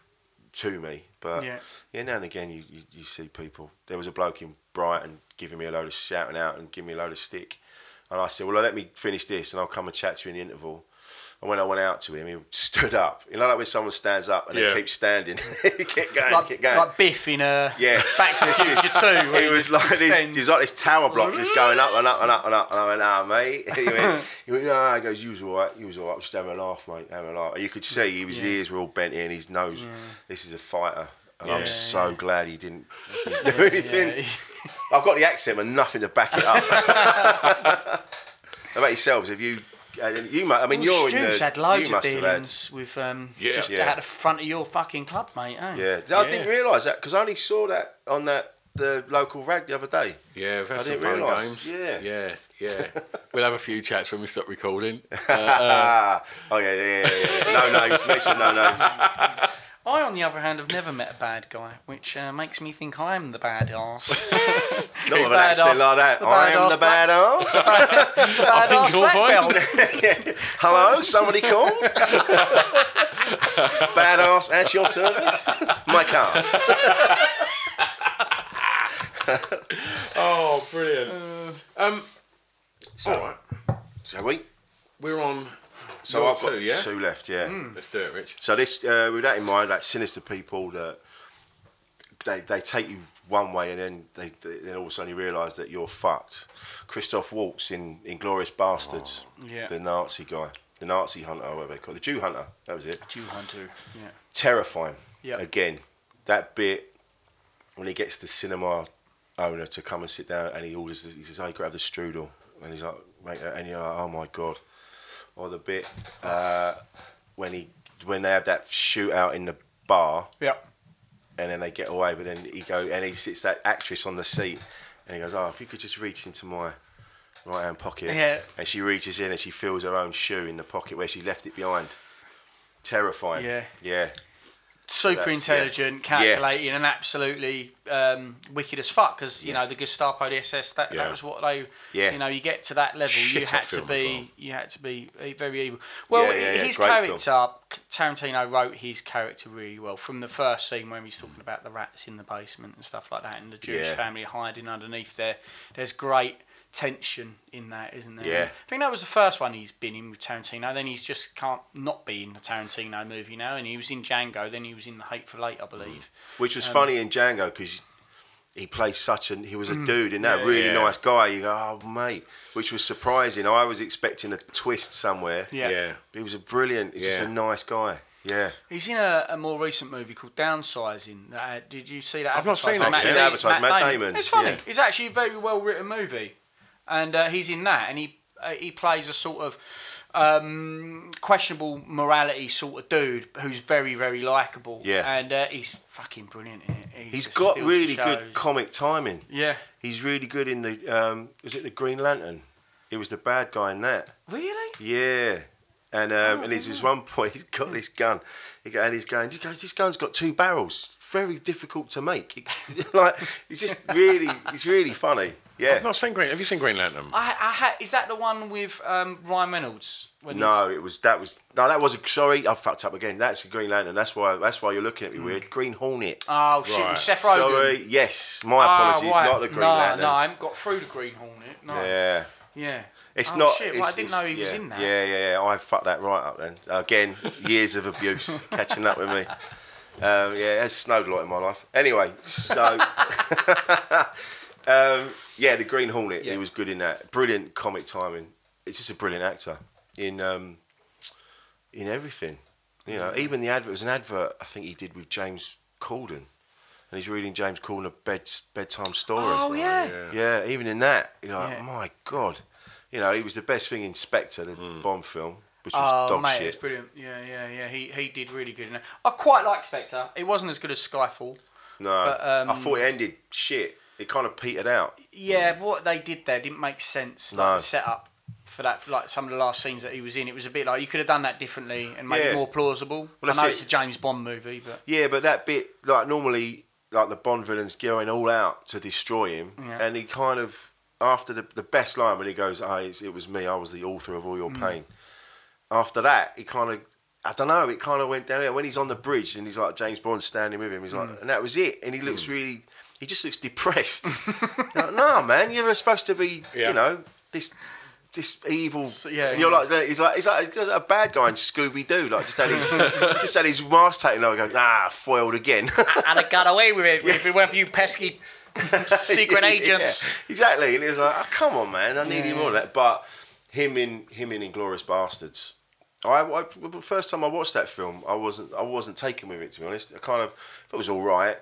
Speaker 5: to me, but
Speaker 3: Yeah.
Speaker 5: yeah, now and again you, you, you see people. There was a bloke in Brighton giving me a load of shouting out and giving me a load of stick. And I said, well, let me finish this and I'll come and chat to you in the interval. And when I went out to him, he stood up. You know, like when someone stands up and
Speaker 2: Yeah.
Speaker 5: then keeps standing, keep going,
Speaker 3: Like,
Speaker 5: keep going.
Speaker 3: like Biff in a
Speaker 5: Yeah.
Speaker 3: Back to the Future Two. where
Speaker 5: He was like this.
Speaker 3: extends-
Speaker 5: He was like this tower block, just going up and up and up and up. And I went, "Ah, mate." He went, he went, "No," he goes, "You was all right. You was all right. Just having a laugh, mate. Having a laugh." And you could see he was, his ears were all bent in. His nose. This is a fighter. And I'm so glad he didn't do anything. I've got the accent and nothing to back it up. How about yourselves? Have you? had any- You must. I mean,
Speaker 3: Well,
Speaker 5: you're in
Speaker 3: Stu's
Speaker 5: the.
Speaker 3: had loads
Speaker 5: you
Speaker 3: of
Speaker 5: must have had.
Speaker 3: dealings with um,
Speaker 2: Yeah.
Speaker 3: just
Speaker 5: Yeah.
Speaker 3: out the front of your fucking club, mate. Eh?
Speaker 5: Yeah, I didn't realise that because I only saw that on that the local rag the other day.
Speaker 2: Yeah, we've had
Speaker 5: I
Speaker 2: some
Speaker 5: didn't
Speaker 2: fun
Speaker 5: realise.
Speaker 2: games.
Speaker 5: Yeah.
Speaker 2: yeah, yeah. we'll have a few chats when we stop recording.
Speaker 5: Ah, oh yeah, yeah, yeah, yeah. No names, mention no names.
Speaker 3: I, on the other hand, have never met a bad guy, which uh, makes me think I am the bad ass.
Speaker 5: Not with an
Speaker 3: Badass.
Speaker 5: accent like that.
Speaker 3: The
Speaker 5: I am
Speaker 3: badass
Speaker 5: the badass.
Speaker 2: I think you're fine.
Speaker 5: Hello, somebody call. badass at your service. My card.
Speaker 2: Oh, brilliant. um, all right,
Speaker 5: So we.
Speaker 2: we're on.
Speaker 5: So
Speaker 2: You're
Speaker 5: I've got
Speaker 2: two, yeah? Hmm.
Speaker 5: left. Yeah.
Speaker 2: Let's do it, Rich.
Speaker 5: So this, uh, with that in mind, like sinister people that they, they take you one way and then they, they then all of a sudden you realise that you're fucked. Christoph Waltz in Inglorious Bastards,
Speaker 3: Yeah.
Speaker 5: the Nazi guy, the Nazi hunter, or whatever they call it, the Jew hunter. That was it.
Speaker 3: Jew hunter. Yeah.
Speaker 5: Terrifying.
Speaker 3: Yeah.
Speaker 5: Again, that bit when he gets the cinema owner to come and sit down and he orders, the, he says, "Oh, "Hey, grab the strudel," and he's like, "Mate," and you're like, "Oh my god." Or the bit uh, when he when they have that shootout in the bar
Speaker 3: Yep.
Speaker 5: and then they get away. But then he go and he sits that actress on the seat, and he goes, "Oh, if you could just reach into my right hand pocket."
Speaker 3: Yeah.
Speaker 5: And she reaches in and she feels her own shoe in the pocket where she left it behind. Terrifying.
Speaker 3: Yeah.
Speaker 5: Yeah.
Speaker 3: Super
Speaker 5: That's-
Speaker 3: intelligent,
Speaker 5: yeah. Yeah.
Speaker 3: calculating, and absolutely um, wicked as fuck. Because you know the Gestapo, the SS, that,
Speaker 2: Yeah.
Speaker 3: that was what they.
Speaker 5: Yeah.
Speaker 3: You know, you get to that level,
Speaker 2: Shit
Speaker 3: you
Speaker 2: of
Speaker 3: had to
Speaker 2: film
Speaker 3: be,
Speaker 2: as well.
Speaker 3: you had to be eh, very evil. Well,
Speaker 5: Yeah, yeah, yeah,
Speaker 3: his
Speaker 5: great
Speaker 3: character,
Speaker 5: film.
Speaker 3: Tarantino wrote his character really well from the first scene when he's talking about the rats in the basement and stuff like that, and the Jewish
Speaker 5: Yeah.
Speaker 3: family hiding underneath there. There's great tension in that, isn't there?
Speaker 5: Yeah.
Speaker 3: I think that was the first one he's been in with Tarantino. Then he's just can't not be in the Tarantino movie now. And he was in Django. Then he was in The Hateful Eight, I believe.
Speaker 5: Which
Speaker 3: Um,
Speaker 5: was funny in Django because he plays such an he was
Speaker 3: Mm.
Speaker 5: a dude in that
Speaker 2: Yeah,
Speaker 5: really
Speaker 2: yeah.
Speaker 5: nice guy. You go, oh mate, which was surprising. I was expecting a twist somewhere.
Speaker 3: Yeah.
Speaker 2: Yeah.
Speaker 5: He was a brilliant. He's just
Speaker 2: Yeah.
Speaker 5: a nice guy. Yeah.
Speaker 3: He's in a, a more recent movie called Downsizing. Uh, did you see that?
Speaker 2: I've not seen that yet.
Speaker 3: advertised by Matt
Speaker 2: Seen
Speaker 3: Da-
Speaker 5: it advertised, Matt Damon,
Speaker 3: It's funny.
Speaker 5: yeah.
Speaker 3: It's actually a very well written movie, and uh, he's in that, and he uh, he plays a sort of um, questionable morality sort of dude who's very very likable.
Speaker 5: Yeah.
Speaker 3: and uh, he's fucking brilliant in it.
Speaker 5: He's
Speaker 3: just
Speaker 5: got
Speaker 3: steals
Speaker 5: really
Speaker 3: the
Speaker 5: good
Speaker 3: shows.
Speaker 5: comic timing.
Speaker 3: yeah.
Speaker 5: He's really good in the. Um, was it the Green Lantern? He was the bad guy in that.
Speaker 3: Really?
Speaker 5: Yeah. And um, and there's
Speaker 3: Oh.
Speaker 5: this one point he's got this gun, he go, and he's going. He goes, this gun's got two barrels. Very difficult to make. like it's just really, it's really funny.
Speaker 2: I've
Speaker 5: Yeah.
Speaker 2: not seen Green. Have you seen Green Lantern?
Speaker 3: I, I ha- is that the one with um, Ryan Reynolds? When
Speaker 5: No, it was that was no, that was a sorry. I fucked up again. That's a Green Lantern. That's why. That's why you're looking
Speaker 3: Hmm.
Speaker 5: at me weird. Green
Speaker 3: He's,
Speaker 5: Hornet.
Speaker 3: oh shit!
Speaker 2: Right.
Speaker 3: With Seth Rogen.
Speaker 5: sorry. Yes. My
Speaker 3: Ah,
Speaker 5: apologies.
Speaker 3: right.
Speaker 5: Not the Green
Speaker 3: no,
Speaker 5: Lantern.
Speaker 3: No, I haven't got through the Green Hornet. No. Yeah.
Speaker 5: Yeah. It's not.
Speaker 3: Oh, Shit, well,
Speaker 5: it's-
Speaker 3: I didn't
Speaker 5: it's-
Speaker 3: know he was
Speaker 5: yeah,
Speaker 3: in that.
Speaker 5: Yeah, yeah, yeah. I fucked that right up then. Again, years of abuse catching up with me. Um, yeah, it has snowed a lot in my life. Anyway, so um, yeah, the Green Hornet.
Speaker 3: Yeah.
Speaker 5: He was good in that. Brilliant comic timing. It's just a brilliant actor in um, in everything. You
Speaker 3: Mm.
Speaker 5: know, even the advert it was an advert I think he did with James Corden, and he's reading James Corden a bed bedtime story.
Speaker 3: Oh yeah.
Speaker 5: Yeah, even in that, you're like,
Speaker 3: Yeah.
Speaker 5: my god, you know, he was the best thing in Spectre, the Bond film, which
Speaker 3: Oh
Speaker 5: was dog
Speaker 3: mate, it's
Speaker 5: shit.
Speaker 3: brilliant. Yeah, yeah, yeah. He he did really good in that. I quite like Spectre. It wasn't as good as Skyfall.
Speaker 5: No,
Speaker 3: but, um,
Speaker 5: I thought it ended shit. It kind of petered out.
Speaker 3: Yeah, but what they did there didn't make sense. Like
Speaker 5: Mm. No.
Speaker 3: the setup for that, like some of the last scenes that he was in, it was a bit like you could have done that differently and made it
Speaker 5: Yeah.
Speaker 3: more plausible.
Speaker 5: Well,
Speaker 3: I know it's
Speaker 5: that's it.
Speaker 3: a James Bond movie, but
Speaker 5: Yeah, but that bit, like normally, like the Bond villains going all out to destroy him,
Speaker 3: Yeah.
Speaker 5: and he kind of after the the best line when he goes, "I, it's it was me. I was the author of all your pain." After that, he kind of. I don't know. It kind of went down there when he's on the bridge and he's like James Bond standing with him. He's like, and that was it. And he looks really, he just looks depressed. You're like, no, man, you're supposed to be,
Speaker 2: Yeah.
Speaker 5: you know, this this evil.
Speaker 3: yeah,
Speaker 5: and you're
Speaker 3: yeah.
Speaker 5: like he's like he's like he's like a bad guy in Scooby Doo, like just had his just had his mask taken over, going ah foiled again.
Speaker 3: and I got away with it. If it weren't for you pesky secret
Speaker 5: Yeah,
Speaker 3: agents.
Speaker 5: exactly, and it was like, oh, come on, man, I need him on that. But him in him in Inglorious Bastards. I, I the first time I watched that film, I wasn't I wasn't taken with it to be honest. I kind of it was all right,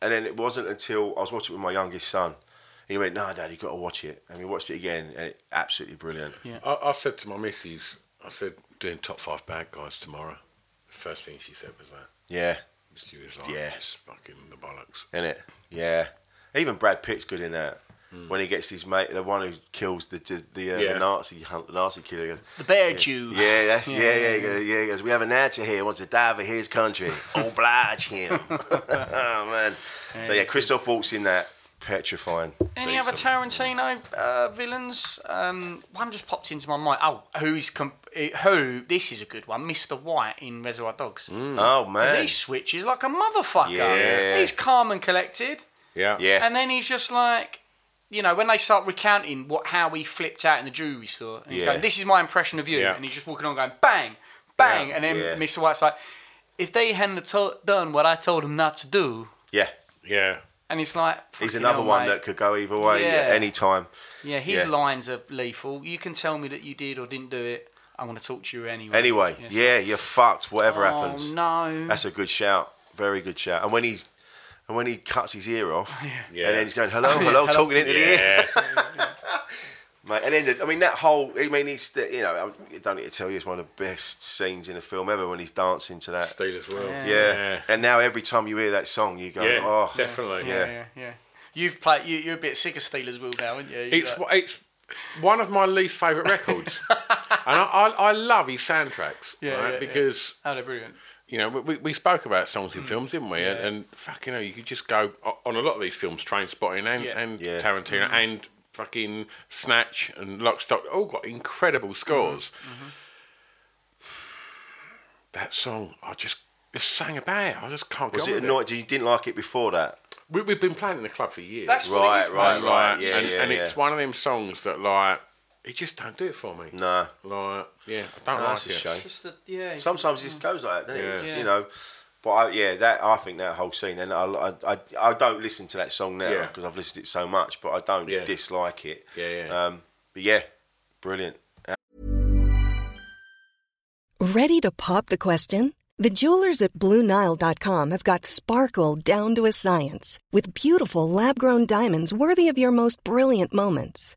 Speaker 5: and then it wasn't until I was watching it with my youngest son. He went, "No, Dad, you got to watch it," and we watched it again, and it absolutely brilliant.
Speaker 2: I, I said to my missus, I said, doing top five bad guys tomorrow. The first thing she said was that.
Speaker 5: Yeah,
Speaker 2: She was like,
Speaker 5: Yeah.
Speaker 2: "It's fucking the bollocks.
Speaker 5: in it. Yeah, even Brad Pitt's good in that.
Speaker 3: Hmm.
Speaker 5: When he gets his mate, the one who kills the the, the, uh,
Speaker 2: Yeah.
Speaker 5: the Nazi hun- the Nazi killer, he goes,
Speaker 3: The bear Jew.
Speaker 5: Yeah, that's yeah, yeah, yeah. he goes- yeah, he goes, we have a Nazi here who wants to die for his country. Oblige him. oh man. so yeah, Christoph Waltz in that petrifying.
Speaker 3: Any other Tarantino uh, villains? Um, one just popped into my mind. Oh, who is comp- eh, who? This is a good one. Mr. White in Reservoir Dogs.
Speaker 5: Oh
Speaker 3: 'Cause
Speaker 5: man.
Speaker 3: Hmm. He switches like a motherfucker.
Speaker 5: Yeah.
Speaker 3: He's calm and collected,
Speaker 2: Yeah.
Speaker 5: Yeah.
Speaker 3: and then he's just like, you know, when they start recounting what how he flipped out in the jewelry store, and he's
Speaker 5: Yeah.
Speaker 3: going, "This is my impression of you,"
Speaker 2: Yeah.
Speaker 3: and he's just walking on going, "Bang, bang," and then
Speaker 5: Yeah.
Speaker 3: Mr. White's like, "If they hadn't to- done what I told them not to do,"
Speaker 5: yeah.
Speaker 2: Yeah.
Speaker 3: and it's like,
Speaker 5: He's
Speaker 3: "Fucking
Speaker 5: another
Speaker 3: hell,
Speaker 5: one
Speaker 3: mate."
Speaker 5: that could go either way
Speaker 3: Yeah.
Speaker 5: at any time.
Speaker 3: Yeah, his
Speaker 5: Yeah.
Speaker 3: lines are lethal. You can tell me that you did or didn't do it. I want to talk to you anyway.
Speaker 5: Anyway,
Speaker 3: Yes.
Speaker 5: yeah, you're fucked. Whatever
Speaker 3: Oh
Speaker 5: happens.
Speaker 3: no.
Speaker 5: That's a good shout. Very good shout. And when he's and when he cuts his ear off, and then he's going hello, hello, talking into the ear.
Speaker 2: Yeah.
Speaker 5: Mate, and then the, I mean that whole I mean it's the, you know I don't need to tell you it's one of the best scenes in a film ever when he's dancing to that.
Speaker 2: Steelers will.
Speaker 5: Yeah. And now every time you hear that song, you go,
Speaker 2: Yeah,
Speaker 5: oh,
Speaker 2: definitely.
Speaker 5: yeah.
Speaker 3: yeah, yeah. You've played. You, you're a bit sick of Steelers, Will, now, aren't you? You
Speaker 2: It's
Speaker 3: got-
Speaker 2: it's one of my least favourite records, and I, I I love his soundtracks,
Speaker 3: Yeah,
Speaker 2: right?
Speaker 3: yeah, yeah.
Speaker 2: because
Speaker 3: oh, they're brilliant.
Speaker 2: you know we- we, we spoke about songs
Speaker 3: Hmm.
Speaker 2: in films, didn't we? And, and fucking hell, you could just go o- on a lot of these films, Train Spotting and
Speaker 3: Yeah. Hmm.
Speaker 2: and
Speaker 5: Yeah.
Speaker 2: Tarantino and fucking Snatch and Lock Stock, all got
Speaker 3: Hmm.
Speaker 2: incredible scores.
Speaker 3: Mm-hmm.
Speaker 2: That song, I just. Just sang about it. I just can't
Speaker 5: Was
Speaker 2: get
Speaker 5: it
Speaker 2: on with
Speaker 5: annoying? You didn't like it before that,
Speaker 2: We, we've been playing in the club for years.
Speaker 3: That's what it
Speaker 5: right?
Speaker 3: is,
Speaker 5: Right,
Speaker 3: mate.
Speaker 2: and,
Speaker 5: right.
Speaker 2: like,
Speaker 5: Yeah,
Speaker 2: and,
Speaker 5: yeah,
Speaker 2: and
Speaker 5: yeah.
Speaker 2: it's one of them songs that like it just don't do it for me.
Speaker 5: no.
Speaker 2: Like yeah, I don't
Speaker 5: No,
Speaker 2: like
Speaker 5: that's
Speaker 2: it.
Speaker 5: a shame.
Speaker 3: It's just that, yeah. Mm, you-
Speaker 5: Sometimes it just goes like that, doesn't it?
Speaker 2: Yeah.
Speaker 5: It's,
Speaker 3: Yeah.
Speaker 5: You know, but I, yeah, that I think that whole scene, and I, I, I, I don't listen to that song now
Speaker 2: Yeah.
Speaker 5: because I've listened to it so much, but I don't
Speaker 2: Yeah.
Speaker 5: dislike it.
Speaker 2: Yeah, yeah.
Speaker 5: Um, but yeah, brilliant.
Speaker 6: Ready to pop the question? The jewelers at BlueNile.com have got sparkle down to a science with beautiful lab grown diamonds worthy of your most brilliant moments.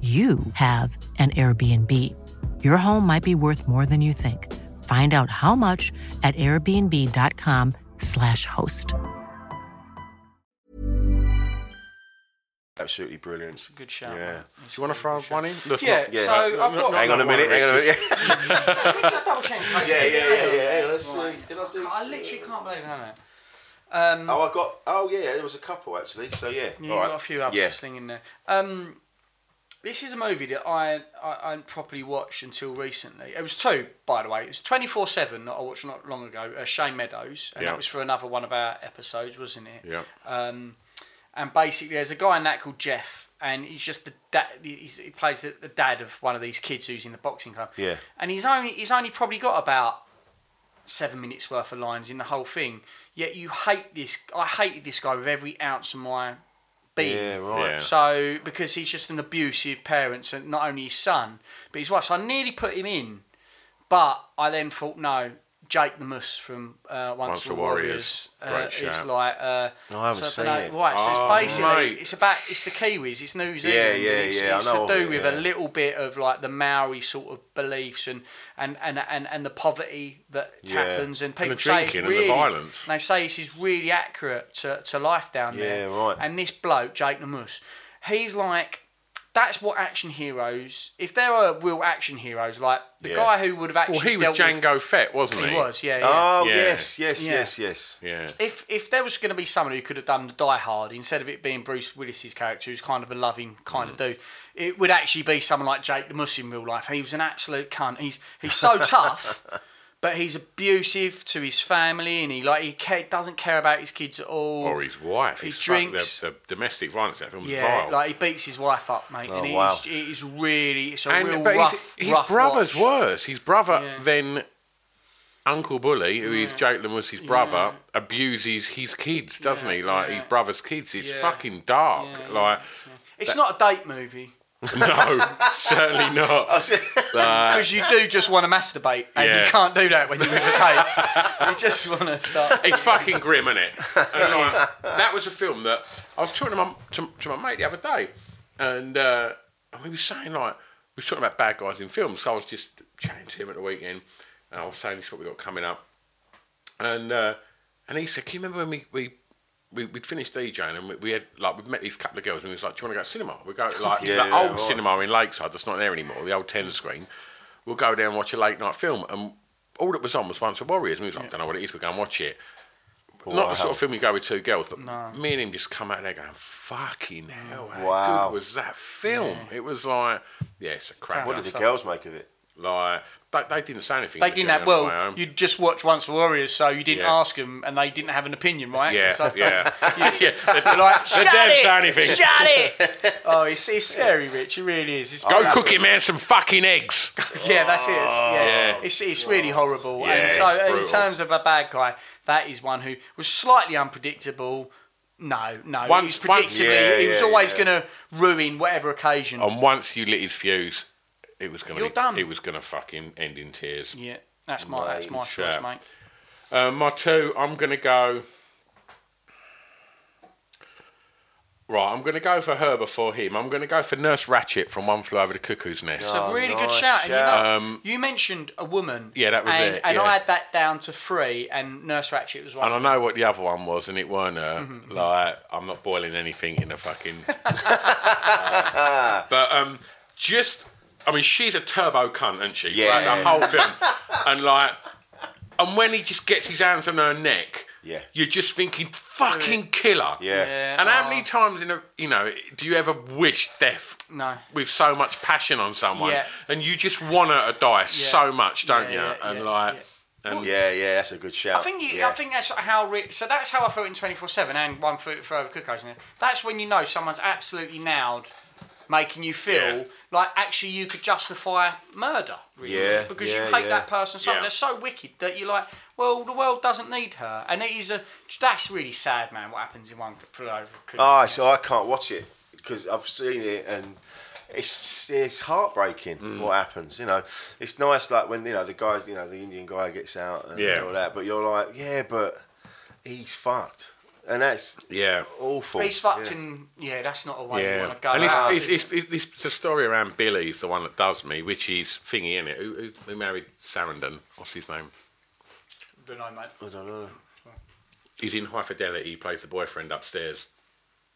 Speaker 1: you have an Airbnb. Your home might be worth more than you think. Find out how much at airbnb.com/slash host.
Speaker 5: Absolutely brilliant.
Speaker 3: It's a good shout.
Speaker 5: Yeah.
Speaker 3: mate.
Speaker 2: Do you want to throw one in? Let's
Speaker 3: Yeah,
Speaker 2: not-
Speaker 3: so I've
Speaker 2: not-
Speaker 3: got-
Speaker 2: not-
Speaker 5: Hang on a
Speaker 2: not one
Speaker 5: minute.
Speaker 2: of
Speaker 5: Hang on a
Speaker 2: Rich's.
Speaker 5: minute.
Speaker 3: Can we just double check?
Speaker 5: yeah, yeah, yeah, yeah. Let's see.
Speaker 3: Right.
Speaker 5: Did I do-
Speaker 3: I literally can't believe that. Um,
Speaker 5: Oh, I got. Oh, yeah. There was a couple actually. So yeah.
Speaker 3: you
Speaker 5: All right.
Speaker 3: got a few others
Speaker 5: Yeah.
Speaker 3: slinging there. Um, this is a movie that I, I I hadn't properly watched until recently. It was two, by the way. It was twenty four seven that I watched not long ago. Uh, Shane Meadows, and
Speaker 2: Yeah.
Speaker 3: that was for another one of our episodes, wasn't it?
Speaker 2: Yeah.
Speaker 3: Um, and basically there's a guy in that called Jeff, and he's just the da- he's, he plays the, the dad of one of these kids who's in the boxing club.
Speaker 5: Yeah.
Speaker 3: and he's only he's only probably got about seven minutes worth of lines in the whole thing. Yet you hate this. I hated this guy with every ounce of my being.
Speaker 5: Yeah, right.
Speaker 2: Yeah.
Speaker 3: So because he's just an abusive parent, and not only his son but his wife. So I nearly put him in, but I then thought no. Jake the Moose from uh, Once,
Speaker 2: Once
Speaker 3: the
Speaker 2: the Warriors.
Speaker 3: Warriors, uh,
Speaker 2: Great
Speaker 3: is
Speaker 2: shout.
Speaker 3: like uh,
Speaker 5: No, I haven't
Speaker 3: so
Speaker 5: seen
Speaker 3: dunno-
Speaker 5: it.
Speaker 3: Right, so
Speaker 2: Oh,
Speaker 3: it's basically
Speaker 2: mate.
Speaker 3: it's about it's the Kiwis, it's New Zealand.
Speaker 5: Yeah,
Speaker 3: and
Speaker 5: yeah,
Speaker 3: it's,
Speaker 5: yeah, I
Speaker 3: It's
Speaker 5: know of
Speaker 3: to do
Speaker 5: it,
Speaker 3: with a
Speaker 5: yeah.
Speaker 3: little bit of like the Maori sort of beliefs and and and and, and the poverty that
Speaker 5: Yeah.
Speaker 3: happens and people
Speaker 2: the
Speaker 3: say it's
Speaker 2: drinking and the
Speaker 3: really,
Speaker 2: violence.
Speaker 3: and they say this is really accurate to, to life down there.
Speaker 5: Yeah, right.
Speaker 3: And this bloke Jake Namus, he's like. That's what action heroes. If there are real action heroes, like the
Speaker 5: Yeah.
Speaker 3: guy who would have actually
Speaker 2: Well, he was
Speaker 3: dealt with-
Speaker 2: Django Fett, wasn't he?
Speaker 3: he was, yeah. yeah.
Speaker 5: Oh
Speaker 2: Yeah.
Speaker 5: yes, yes,
Speaker 3: Yeah.
Speaker 5: yes, yes.
Speaker 2: Yeah.
Speaker 3: If if there was going to be someone who could have done the Die Hard instead of it being Bruce Willis's character, who's kind of a loving kind of
Speaker 2: Mm.
Speaker 3: dude, it would actually be someone like Jake the Muss in real life. He was an absolute cunt. He's he's so tough, but he's abusive to his family, and he like he ca- doesn't care about his kids at all.
Speaker 2: Or his wife.
Speaker 3: He
Speaker 2: It's fuck-
Speaker 3: drinks.
Speaker 2: The, the domestic violence in that film Oh, was
Speaker 3: yeah,
Speaker 2: vile. Oh,
Speaker 3: like he beats his wife up, mate, and it is
Speaker 5: wow.
Speaker 3: it is really it's a
Speaker 2: and
Speaker 3: real
Speaker 2: but
Speaker 3: rough.
Speaker 2: his, his
Speaker 3: rough
Speaker 2: brother's
Speaker 3: watch.
Speaker 2: worse. His brother
Speaker 3: Yeah.
Speaker 2: then Uncle Bully, who is Jake Lemus's brother, abuses his kids, doesn't he? Like his brother's kids. It's
Speaker 3: Yeah.
Speaker 2: fucking dark. like
Speaker 3: It's not a date movie
Speaker 2: no, certainly not.
Speaker 3: because you do just want to masturbate, and
Speaker 2: Uh. Yeah.
Speaker 3: you can't do that when you're with a date. you just want to start.
Speaker 2: It's fucking grim, isn't it? And like, that was a film that I was talking to my to, to my mate the other day, and uh, and we were saying like we were talking about bad guys in films. So I was just chatting to him at the weekend, and I was saying this is what we got coming up, and uh, and he said, "Can you remember when we we?" We, we'd finished DJing and we, we had like we'd met these couple of girls and we was like, "Do you want to go to cinema? We go
Speaker 3: Oh,
Speaker 2: to, like to
Speaker 5: Yeah,
Speaker 2: the
Speaker 5: yeah,
Speaker 2: old
Speaker 5: right.
Speaker 2: cinema in Lakeside that's not there anymore, the old
Speaker 3: Mm.
Speaker 2: ten screen. We'll go there and watch a late night film." And all that was on was Once the Warriors, and we was like, "I don't know what it is. We're going to watch it." Not the sort of film you go with two girls, but me and him just come out there going,
Speaker 3: Mm.
Speaker 2: "Fucking hell! How
Speaker 5: Wow.
Speaker 2: good was that film? It was like, yeah, it's a crap.
Speaker 5: What did the girls make of it?
Speaker 2: Like they, they didn't say anything.
Speaker 3: They
Speaker 2: to
Speaker 3: didn't
Speaker 2: Jenny
Speaker 3: have.
Speaker 2: on the way
Speaker 3: Well,
Speaker 2: home.
Speaker 3: you just watched Once the Warriors, so you didn't
Speaker 2: Yeah.
Speaker 3: ask them, and they didn't have an opinion, right?
Speaker 2: yeah,
Speaker 3: So-
Speaker 2: yeah, yeah.
Speaker 3: You're like,
Speaker 2: They
Speaker 3: shut
Speaker 2: didn't
Speaker 3: it!
Speaker 2: say anything.
Speaker 3: Shut it! oh, it's, it's scary, Rich. It really is. It's
Speaker 2: Go cook him man some fucking eggs.
Speaker 3: Yeah, that's it. It's, yeah.
Speaker 2: Yeah.
Speaker 3: it's it's really horrible.
Speaker 2: Yeah,
Speaker 3: and so,
Speaker 2: it's
Speaker 3: in
Speaker 2: brutal.
Speaker 3: terms of a bad guy, that is one who was slightly unpredictable. No, no, he
Speaker 2: Once-
Speaker 3: was predictably,
Speaker 2: once-
Speaker 5: Yeah,
Speaker 3: he was
Speaker 5: yeah,
Speaker 3: always
Speaker 5: yeah.
Speaker 3: going to ruin whatever occasion.
Speaker 2: and once you lit his fuse, it was gonna
Speaker 3: You're
Speaker 2: be-
Speaker 3: done.
Speaker 2: it was gonna fucking end in tears.
Speaker 3: Yeah, that's my that's my
Speaker 2: Sure.
Speaker 3: choice, mate.
Speaker 2: Uh, my two, I'm going to go. Right, I'm going to go for her before him. I'm going to go for Nurse Ratchet from One Flew Over the Cuckoo's Nest.
Speaker 3: It's a really good
Speaker 5: nice
Speaker 3: shout. And you,
Speaker 5: shout.
Speaker 3: know, Um, you mentioned a woman.
Speaker 2: Yeah, that was
Speaker 3: and,
Speaker 2: it,
Speaker 3: And
Speaker 2: yeah.
Speaker 3: I had that down to three, and Nurse Ratchet was one.
Speaker 2: And I know what the other one was, and it weren't her.
Speaker 3: Mm-hmm,
Speaker 2: like, I'm not boiling anything in a fucking. but um, just, I mean, she's a turbo cunt, isn't she?
Speaker 5: Yeah.
Speaker 2: Like, the whole film. and like, and when he just gets his hands on her neck,
Speaker 5: Yeah.
Speaker 2: you're just thinking, fucking killer.
Speaker 5: Yeah.
Speaker 3: Yeah,
Speaker 2: And how
Speaker 3: oh,
Speaker 2: many times in a you know do you ever wish death
Speaker 3: No.
Speaker 2: with so much passion on someone,
Speaker 3: Yeah.
Speaker 2: and you just want her to die so much, don't
Speaker 3: Yeah,
Speaker 2: you?
Speaker 3: yeah,
Speaker 2: and
Speaker 3: yeah,
Speaker 2: like, and
Speaker 5: Yeah, yeah, that's a good shout.
Speaker 3: I think you,
Speaker 5: yeah.
Speaker 3: I think that's how re- so that's how I felt in twenty four seven and one foot forever cookhouse. and That's when you know someone's absolutely nailed, making you feel
Speaker 2: Yeah.
Speaker 3: like actually you could justify murder. Really,
Speaker 5: Yeah,
Speaker 3: because
Speaker 5: yeah,
Speaker 3: you hate
Speaker 5: yeah.
Speaker 3: that person so much.
Speaker 2: Yeah.
Speaker 3: They're so wicked that you're like, well, the world doesn't need her, and it is a that's really sad, man. What happens in one foot over
Speaker 5: Ah,
Speaker 3: cookhouse?
Speaker 5: so I can't watch it because I've seen it and it's it's heartbreaking
Speaker 2: Mm.
Speaker 5: what happens. You know, it's nice like when you know the guy, you know, the Indian guy gets out and
Speaker 2: Yeah.
Speaker 5: all that, but you're like, yeah, but he's fucked, and that's
Speaker 2: yeah.
Speaker 5: awful.
Speaker 3: He's fucked
Speaker 5: yeah.
Speaker 3: in. Yeah, that's not a way you
Speaker 2: Yeah,
Speaker 3: want to go.
Speaker 2: and it's,
Speaker 3: about
Speaker 2: it's,
Speaker 3: it.
Speaker 2: it's, it's, it's, the story around Billy is the one that does me, which is thingy in it. Who, who, who married Sarandon? What's his name?
Speaker 3: Dunno, mate.
Speaker 5: I don't know.
Speaker 2: He's in High Fidelity. He plays the boyfriend upstairs.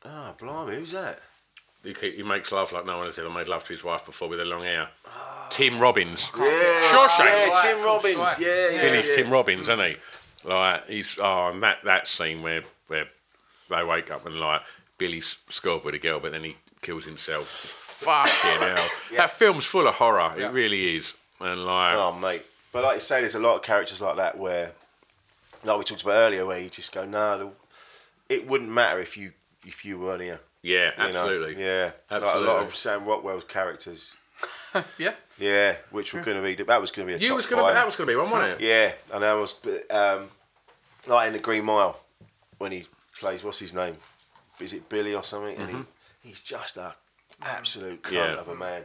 Speaker 5: Ah, blimey, who's that?
Speaker 2: He, ke- he makes love like no one has ever made love to his wife before with a long hair. Tim Robbins.
Speaker 5: Yeah,
Speaker 2: Shawshank.
Speaker 5: Tim Robbins. Yeah, yeah,
Speaker 2: Billy's
Speaker 5: yeah.
Speaker 2: Tim Robbins, isn't he? Like he's oh, and that that scene where where they wake up and like Billy's scored with a girl, but then he kills himself. Fucking hell! That film's full of horror. It really is. And like,
Speaker 5: Oh, mate. But like you say, there's a lot of characters like that where, like we talked about earlier, where you just go, no, the- it wouldn't matter if you if you weren't here.
Speaker 2: Yeah,
Speaker 5: you know?
Speaker 2: absolutely.
Speaker 5: Yeah,
Speaker 2: absolutely.
Speaker 5: Like a lot of Sam Rockwell's characters.
Speaker 3: Yeah.
Speaker 5: Yeah, which were going to be that was going to be a
Speaker 2: you
Speaker 5: top
Speaker 2: was gonna
Speaker 5: five.
Speaker 2: that was gonna be one, wasn't it?
Speaker 5: Yeah, and I was but, um, like in the Green Mile when he plays what's his name? Is it Billy or something? And he, he's just a absolute cunt
Speaker 2: Yeah.
Speaker 5: of a man.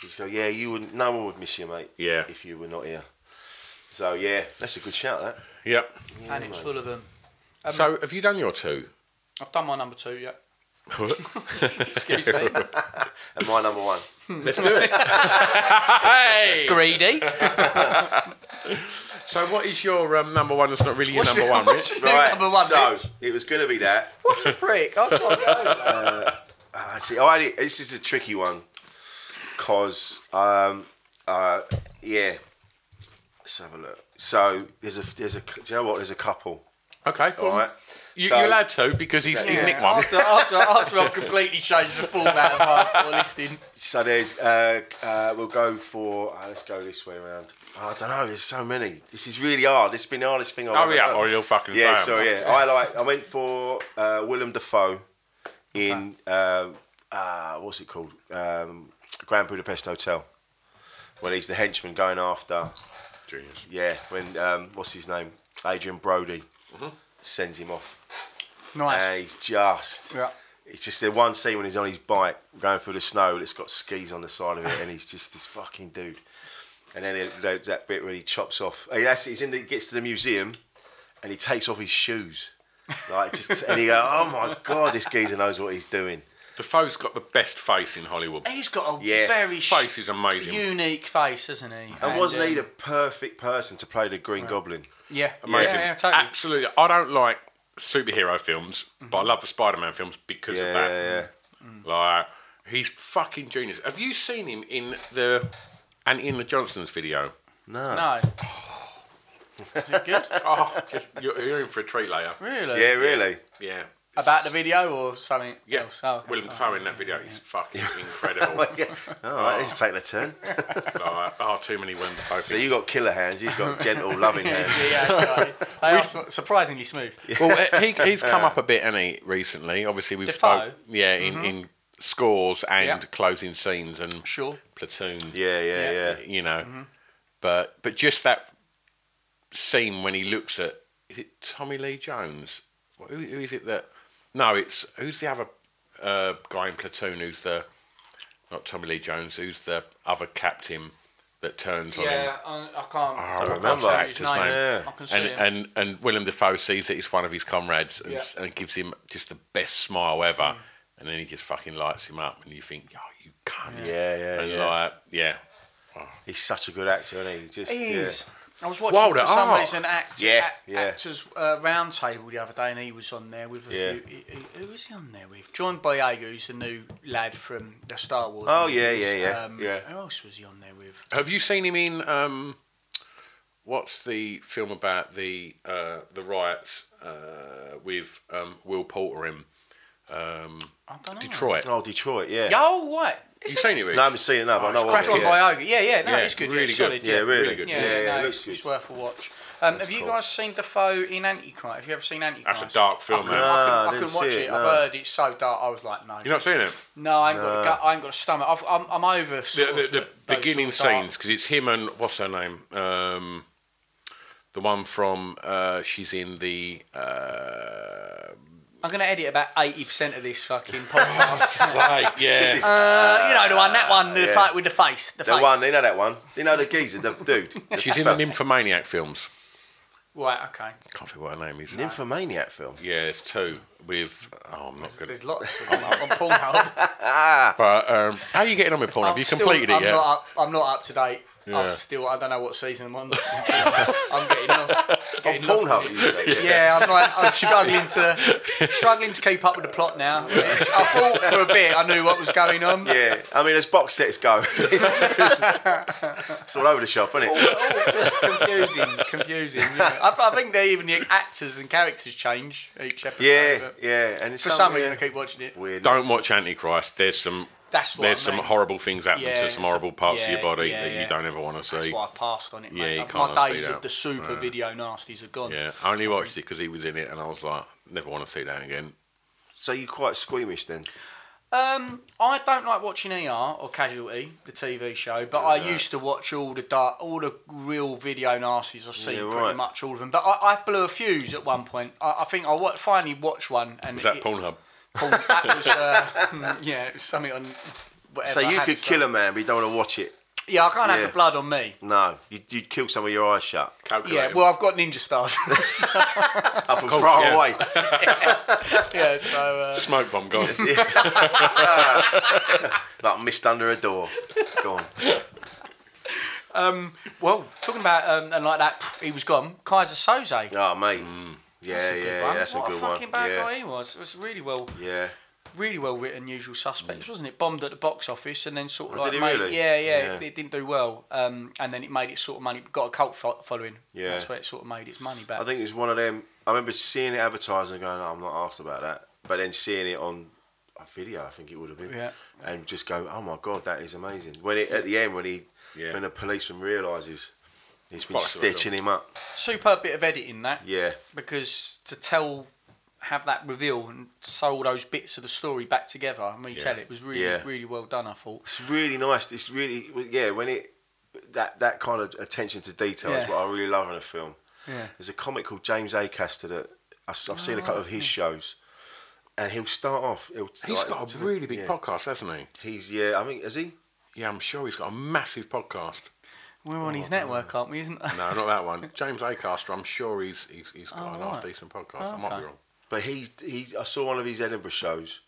Speaker 5: He's go, yeah, you wouldn't. No one would miss you, mate.
Speaker 2: Yeah.
Speaker 5: if you were not here. So yeah, that's a good shout. That
Speaker 2: Yep.
Speaker 3: and it's full of them.
Speaker 5: Um,
Speaker 2: so have you done your two?
Speaker 3: I've done my number two, yeah.
Speaker 2: Excuse
Speaker 3: me.
Speaker 5: and my number one.
Speaker 2: Let's do it. hey.
Speaker 3: Greedy.
Speaker 2: So what is your um, number one? That's not really your
Speaker 3: What's
Speaker 2: number
Speaker 3: your-
Speaker 2: one, Rich.
Speaker 5: Right,
Speaker 3: number one,
Speaker 5: so
Speaker 3: Rich.
Speaker 5: it was going to be that.
Speaker 3: what a prick. Oh, I can't go.
Speaker 5: I see. I had it, this is a tricky one because, um, uh, yeah. Let's have a look. So there's a there's a do you know what there's a couple.
Speaker 2: Okay. All
Speaker 5: right.
Speaker 2: You,
Speaker 5: So-
Speaker 2: you're allowed to because he's, he's
Speaker 3: Yeah,
Speaker 2: nicked one.
Speaker 3: after, after, after I've completely changed the format of our, our listing.
Speaker 5: So there's uh, uh, we'll go for uh, let's go this way around. Oh, I don't know. There's so many. This is really hard. This has been the hardest thing I've
Speaker 2: Oh
Speaker 5: ever
Speaker 2: yeah,
Speaker 5: done.
Speaker 2: or you'll fucking
Speaker 5: Yeah,
Speaker 2: say 'em.
Speaker 5: so yeah, I like. I went for uh, Willem Dafoe in um uh, what's it called? Um, Grand Budapest Hotel, when he's the henchman going after.
Speaker 2: Genius.
Speaker 5: Yeah, when um, what's his name? Adrian Brody
Speaker 2: Mm-hmm.
Speaker 5: sends him off,
Speaker 3: Nice.
Speaker 5: and he's just.
Speaker 3: Yeah.
Speaker 5: It's just the one scene when he's on his bike going through the snow that's got skis on the side of it, and he's just this fucking dude. And then it- there's that bit where he chops off. He that's, he's in the, gets to the museum, and he takes off his shoes, like just, and you go, "Oh my god, this geezer knows what he's doing."
Speaker 2: Defoe's got the best face in Hollywood.
Speaker 3: He's got a
Speaker 5: Yeah.
Speaker 3: very sh-
Speaker 2: Face is amazing.
Speaker 3: unique face, isn't he?
Speaker 5: And wasn't he
Speaker 3: um,
Speaker 5: the perfect person to play the Green Goblin?
Speaker 3: Yeah.
Speaker 2: Amazing.
Speaker 3: Yeah, yeah, totally.
Speaker 2: Absolutely. I don't like superhero films, but I love the Spider-Man films because
Speaker 5: Mm-hmm. Yeah,
Speaker 2: of that. Mm.
Speaker 5: yeah,
Speaker 2: Like he's fucking genius. Have you seen him in the and in the Johnson's video?
Speaker 5: No.
Speaker 3: No. Is it good?
Speaker 2: Oh, just, you're, you're in for a treat later.
Speaker 3: Really?
Speaker 5: Yeah, really.
Speaker 2: Yeah.
Speaker 3: About the video or something
Speaker 2: Yeah.
Speaker 3: else? Oh, okay.
Speaker 2: Willem Dafoe in that video is fucking incredible.
Speaker 5: Yeah. Oh All right, this is taking a turn.
Speaker 2: like, oh, too many Willem Dafoe
Speaker 5: So you
Speaker 2: films.
Speaker 5: got killer hands. He's got gentle, loving hands.
Speaker 3: Yeah, okay. uh, They are su- surprisingly smooth.
Speaker 2: well, eh, he, he's come up a bit, hasn't he, recently? Obviously, we've
Speaker 3: Dafoe? Mm-hmm.
Speaker 2: spoke, yeah, in, in scores and
Speaker 3: Yeah.
Speaker 2: closing scenes and
Speaker 3: Sure.
Speaker 2: platoon.
Speaker 5: Yeah, yeah, yeah.
Speaker 2: you know.
Speaker 3: Mm-hmm.
Speaker 2: But but just that scene when he looks at is it Tommy Lee Jones? Who, who is it that? No, it's who's the other uh, guy in Platoon who's the not Tommy Lee Jones? Who's the other captain that turns on him?
Speaker 3: Yeah, I, I can't. I can't
Speaker 5: remember
Speaker 3: say
Speaker 5: that
Speaker 3: his
Speaker 2: actor's name.
Speaker 5: Yeah.
Speaker 3: I can see
Speaker 2: And,
Speaker 3: him.
Speaker 2: and and Willem Dafoe sees that it's one of his comrades and, s
Speaker 3: Yeah. Mm.
Speaker 2: and gives him just the best smile ever, and then he just fucking lights him up, and you think, oh, you cunt.
Speaker 5: Yeah, yeah,
Speaker 2: and
Speaker 5: yeah.
Speaker 2: like, yeah,
Speaker 5: He's such a good actor, isn't he? He Just,
Speaker 3: He
Speaker 5: yeah.
Speaker 3: is. I was watching
Speaker 2: Wilder
Speaker 3: for some
Speaker 2: art.
Speaker 3: reason act,
Speaker 5: Yeah,
Speaker 3: a-
Speaker 5: yeah.
Speaker 3: actors uh, round table the other day, and he was on there with a
Speaker 5: Yeah.
Speaker 3: few. He, he, who was he on there with? John Boyega, who's the new lad from the Star Wars.
Speaker 5: Oh, yeah,
Speaker 3: movies.
Speaker 5: yeah, yeah,
Speaker 3: Um,
Speaker 5: yeah.
Speaker 3: Who else was he on there with?
Speaker 2: Have you seen him in um, what's the film about the uh, the riots uh, with um, Will Porter in um,
Speaker 3: I don't know.
Speaker 2: Detroit?
Speaker 5: Oh, Detroit, yeah.
Speaker 3: Yo, what?
Speaker 2: you seen it? Rich?
Speaker 5: No, I haven't seen it, no, but I know what
Speaker 3: Crack
Speaker 5: it
Speaker 3: on
Speaker 5: is.
Speaker 3: Boyega. Yeah, yeah. No,
Speaker 2: Yeah,
Speaker 3: it's good.
Speaker 2: really
Speaker 3: yeah,
Speaker 2: good.
Speaker 3: solid.
Speaker 5: Yeah, really.
Speaker 2: Really good.
Speaker 3: Yeah,
Speaker 5: Yeah, yeah,
Speaker 3: no,
Speaker 5: it
Speaker 3: it's,
Speaker 5: looks
Speaker 3: it's
Speaker 5: good.
Speaker 3: worth a watch. Um, have you guys seen Defoe in Antichrist? Have you ever seen Antichrist?
Speaker 2: dark film,
Speaker 3: I couldn't,
Speaker 2: man.
Speaker 3: I couldn't,
Speaker 5: Nah,
Speaker 3: I
Speaker 5: I didn't
Speaker 3: couldn't watch
Speaker 5: see
Speaker 3: it.
Speaker 5: it,
Speaker 3: I've
Speaker 5: no.
Speaker 3: heard it's so dark. I was like, no.
Speaker 2: You're not seeing it?
Speaker 3: No, I ain't got a gut, I ain't got a stomach. I've, I'm, I'm over
Speaker 2: The,
Speaker 3: sort of
Speaker 2: the, the
Speaker 3: those
Speaker 2: beginning
Speaker 3: sort of
Speaker 2: scenes because it's him and what's her name? Um, the one from uh, she's in the uh,
Speaker 3: dark- I'm going to edit about eighty percent of this fucking podcast.
Speaker 2: like yeah.
Speaker 5: This is
Speaker 3: uh, you know the one, that one, the
Speaker 5: Yeah.
Speaker 3: fight with the face, the,
Speaker 5: the
Speaker 3: face.
Speaker 5: one, you know that one? You know the geezer, the dude? The
Speaker 2: She's in the Nymphomaniac films.
Speaker 3: Right, okay.
Speaker 2: Can't think what her name is.
Speaker 5: Nymphomaniac film.
Speaker 2: Yeah, it's two with. Oh, I'm not good.
Speaker 3: There's lots of them up on Pornhub.
Speaker 2: But um, how are you getting on with Pornhub? Have
Speaker 3: I'm
Speaker 2: you
Speaker 3: still-
Speaker 2: completed
Speaker 3: I'm
Speaker 2: it yet?
Speaker 3: Not up, I'm not up to date.
Speaker 2: Yeah.
Speaker 3: I'm still. I don't know what season I'm on. I'm getting lost.
Speaker 5: On
Speaker 3: Getting lost in
Speaker 5: Pornhub,
Speaker 3: it.
Speaker 5: you say.
Speaker 3: Yeah, I'm like I'm struggling to struggling to keep up with the plot now. I thought for a bit I knew what was going on.
Speaker 5: Yeah, I mean, as box sets go, it's all over the shop, isn't it?
Speaker 3: Oh, just confusing, confusing. Yeah. I, I think they even the actors and characters change each episode.
Speaker 5: Yeah,
Speaker 3: but
Speaker 5: yeah. And it's
Speaker 3: For some reason,
Speaker 5: yeah.
Speaker 3: I keep watching it.
Speaker 5: weird.
Speaker 2: Don't watch Antichrist. There's some.
Speaker 3: That's what
Speaker 2: there's
Speaker 3: I mean.
Speaker 2: some horrible things happening
Speaker 3: Yeah,
Speaker 2: to some horrible parts of
Speaker 3: yeah,
Speaker 2: your body
Speaker 3: yeah,
Speaker 2: that
Speaker 3: yeah.
Speaker 2: you don't ever want to
Speaker 3: That's
Speaker 2: see.
Speaker 3: why I've passed on it.
Speaker 2: Yeah,
Speaker 3: Mate.
Speaker 2: you
Speaker 3: I've-
Speaker 2: can't
Speaker 3: My
Speaker 2: see
Speaker 3: days
Speaker 2: that.
Speaker 3: of the super video nasties are gone.
Speaker 2: Yeah, I only watched it because he was in it, and I was like, never want to see that again.
Speaker 5: So you're quite squeamish then.
Speaker 3: Um, I don't like watching ER or Casualty, the TV show, but I used to watch all the dark, all the real video nasties. I've seen
Speaker 5: Yeah,
Speaker 3: pretty
Speaker 5: right.
Speaker 3: much all of them. But I, I blew a fuse at one point. I, I think I wa- finally watched one, and
Speaker 2: Was that
Speaker 3: it-
Speaker 2: Pornhub?
Speaker 3: Porn- that was uh, hmm, yeah, it was something on. Whatever
Speaker 5: so
Speaker 3: I
Speaker 5: you
Speaker 3: had
Speaker 5: could
Speaker 3: it,
Speaker 5: kill
Speaker 3: so-
Speaker 5: a man, but you don't want to watch it.
Speaker 3: Yeah, I can't have
Speaker 5: Yeah.
Speaker 3: the blood on me.
Speaker 5: No, you'd, you'd kill some with your eyes shut.
Speaker 3: Yeah, well, I've got ninja stars.
Speaker 5: Up and far
Speaker 2: yeah.
Speaker 5: away.
Speaker 3: yeah, so uh,
Speaker 2: Smoke bomb gone.
Speaker 5: like mist under a door. Gone.
Speaker 3: well, talking about um, and like that, he was gone. Kaiser Soze.
Speaker 5: Oh, mate. Yeah,
Speaker 3: Mm. That's a
Speaker 5: yeah,
Speaker 3: good
Speaker 5: yeah,
Speaker 3: one.
Speaker 5: that's
Speaker 3: what
Speaker 5: a good
Speaker 3: a fucking
Speaker 5: one.
Speaker 3: bad
Speaker 5: yeah.
Speaker 3: guy he was. It was really well,
Speaker 5: Yeah.
Speaker 3: really well written. Usual Suspects, wasn't it? Bombed at the box office and then sort of
Speaker 5: Mm. Oh,
Speaker 3: like
Speaker 5: did he
Speaker 3: made,
Speaker 5: really?
Speaker 3: yeah, yeah,
Speaker 5: Yeah.
Speaker 3: It, it didn't do well. Um, and then it made its sort of money. Got a cult fo- following.
Speaker 5: Yeah.
Speaker 3: that's where it sort of made its money back.
Speaker 5: I think it was one of them. I remember seeing it advertised and going, "Oh, I'm not asked about that. But then seeing it on a video, I think it would have been.
Speaker 3: Yeah.
Speaker 5: And just go, oh my God, that is amazing. When it, At the end, when he,
Speaker 2: Yeah.
Speaker 5: when the policeman realises he's been
Speaker 2: Quite a good
Speaker 5: stitching him up.
Speaker 3: Superb bit of editing that.
Speaker 5: Yeah.
Speaker 3: because to tell have that reveal and sew those bits of the story back together and retell it was really
Speaker 5: Yeah.
Speaker 3: really well done i thought
Speaker 5: It's really nice. It's really, yeah, when it, that, that kind of attention to detail is
Speaker 3: Yeah.
Speaker 5: what I really love in a film.
Speaker 3: yeah
Speaker 5: There's a comic called James Acaster that I, have seen a couple of his shows, and he'll start off. He'll,
Speaker 2: Oh, He's
Speaker 5: like,
Speaker 2: got
Speaker 5: to
Speaker 2: a
Speaker 5: the-
Speaker 2: really big
Speaker 5: yeah.
Speaker 2: podcast, hasn't he?
Speaker 5: He's yeah, I think is he?
Speaker 2: Yeah, I'm sure he's got a massive podcast.
Speaker 3: we're on
Speaker 5: Oh,
Speaker 3: his network aren't we isn't
Speaker 2: No, not that one. James Acaster, I'm sure he's he's, he's got
Speaker 3: Oh,
Speaker 2: a half
Speaker 3: right.
Speaker 2: decent podcast. I might be
Speaker 3: Okay.
Speaker 2: wrong.
Speaker 5: But he's he's. I saw one of his Edinburgh shows,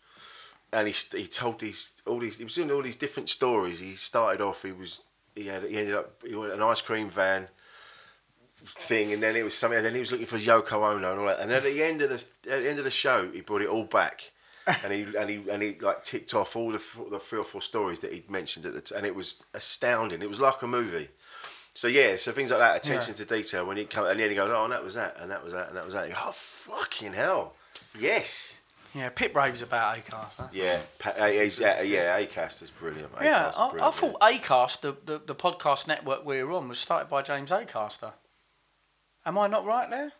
Speaker 5: and he st- he told these all these. He was doing all these different stories. He started off. He was he had he ended up he went an ice cream van thing, and then it was something. And then he was looking for Yoko Ono and all that. And then at the end of the at the end of the show, he brought it all back. and he and he and he like ticked off all the f- the three or four stories that he'd mentioned at the t- and it was astounding. It was like a movie. So yeah, so things like that, attention to detail. When you come and then you go, oh, and that was that, and that was that, and that was that. You go, oh, fucking hell! Yes.
Speaker 3: yeah pit raves about acast huh?
Speaker 5: Yeah. Pa- uh, he's- uh, yeah. Acast is brilliant. Acast
Speaker 3: yeah
Speaker 5: is
Speaker 3: I, I
Speaker 5: brilliant,
Speaker 3: thought acast the, the, the podcast network we were on was started by james acaster am i not right there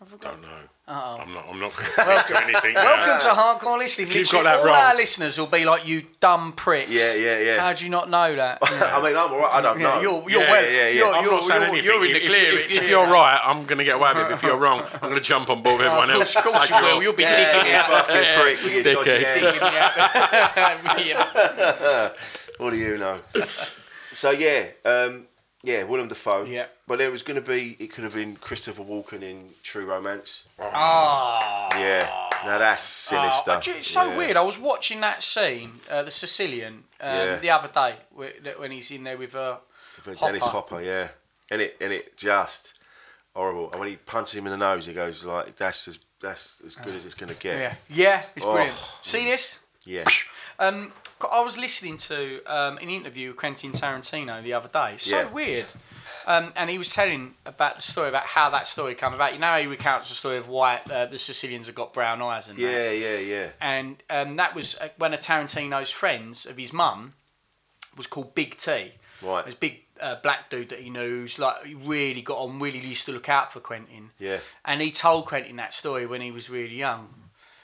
Speaker 3: Have I got-
Speaker 2: Don't know. I'm not. I'm not going to anything. now.
Speaker 3: Welcome to Hardcore Listening.
Speaker 2: If you've
Speaker 3: Literally
Speaker 2: got that
Speaker 3: all
Speaker 2: wrong-
Speaker 3: our listeners will be like, "You dumb pricks."
Speaker 5: Yeah, yeah, yeah.
Speaker 3: How do you not know that?
Speaker 5: yeah. I mean, I'm alright. I don't
Speaker 3: Yeah,
Speaker 5: know.
Speaker 3: you're- you're
Speaker 5: yeah,
Speaker 3: well-
Speaker 5: Yeah, yeah.
Speaker 3: you're-
Speaker 2: I'm not saying
Speaker 3: you're-
Speaker 2: anything.
Speaker 3: you're in the
Speaker 2: If-
Speaker 3: clear,
Speaker 2: If,
Speaker 3: it's
Speaker 2: if
Speaker 3: you.
Speaker 2: you're right, I'm going to get away with it. If you're wrong, I'm going to jump on board with everyone else.
Speaker 3: of course you
Speaker 2: Like
Speaker 3: will. You'll be
Speaker 5: Yeah,
Speaker 3: digging it
Speaker 5: you
Speaker 3: out.
Speaker 5: fucking prick with your dodgy
Speaker 2: Dickhead.
Speaker 5: hands.
Speaker 3: Yeah.
Speaker 5: What do you know? so yeah, um, yeah, Willem Dafoe.
Speaker 3: Yeah.
Speaker 5: But there was going to be. It could have been Christopher Walken in True Romance.
Speaker 3: Ah.
Speaker 5: Yeah. Now that's sinister.
Speaker 3: Oh, it's so
Speaker 5: Yeah.
Speaker 3: weird. I was watching that scene, uh, the Sicilian, um,
Speaker 5: Yeah.
Speaker 3: the other day wh- that- when he's in there with uh,
Speaker 5: For
Speaker 3: Hopper.
Speaker 5: Dennis Hopper, yeah. And it and it just horrible. And when he punches him in the nose, he goes like, "That's as that's as good as it's gonna get."
Speaker 3: yeah, yeah, it's
Speaker 5: Oh.
Speaker 3: brilliant. See this?
Speaker 5: Yeah.
Speaker 3: Um, c- I was listening to um, an interview with Quentin Tarantino the other day. So
Speaker 5: Yeah.
Speaker 3: weird. Um, and he was telling about the story about how that story came about. You know, how he recounts the story of why uh, the Sicilians have got brown eyes and that.
Speaker 5: Yeah, yeah, yeah.
Speaker 3: and um, that was uh, when a Tarantino's friends of his mum was called Big T.
Speaker 5: Right.
Speaker 3: This big uh, black dude that he knew, who's like he really got on, really used to look out for Quentin.
Speaker 5: Yeah.
Speaker 3: And he told Quentin that story when he was really young,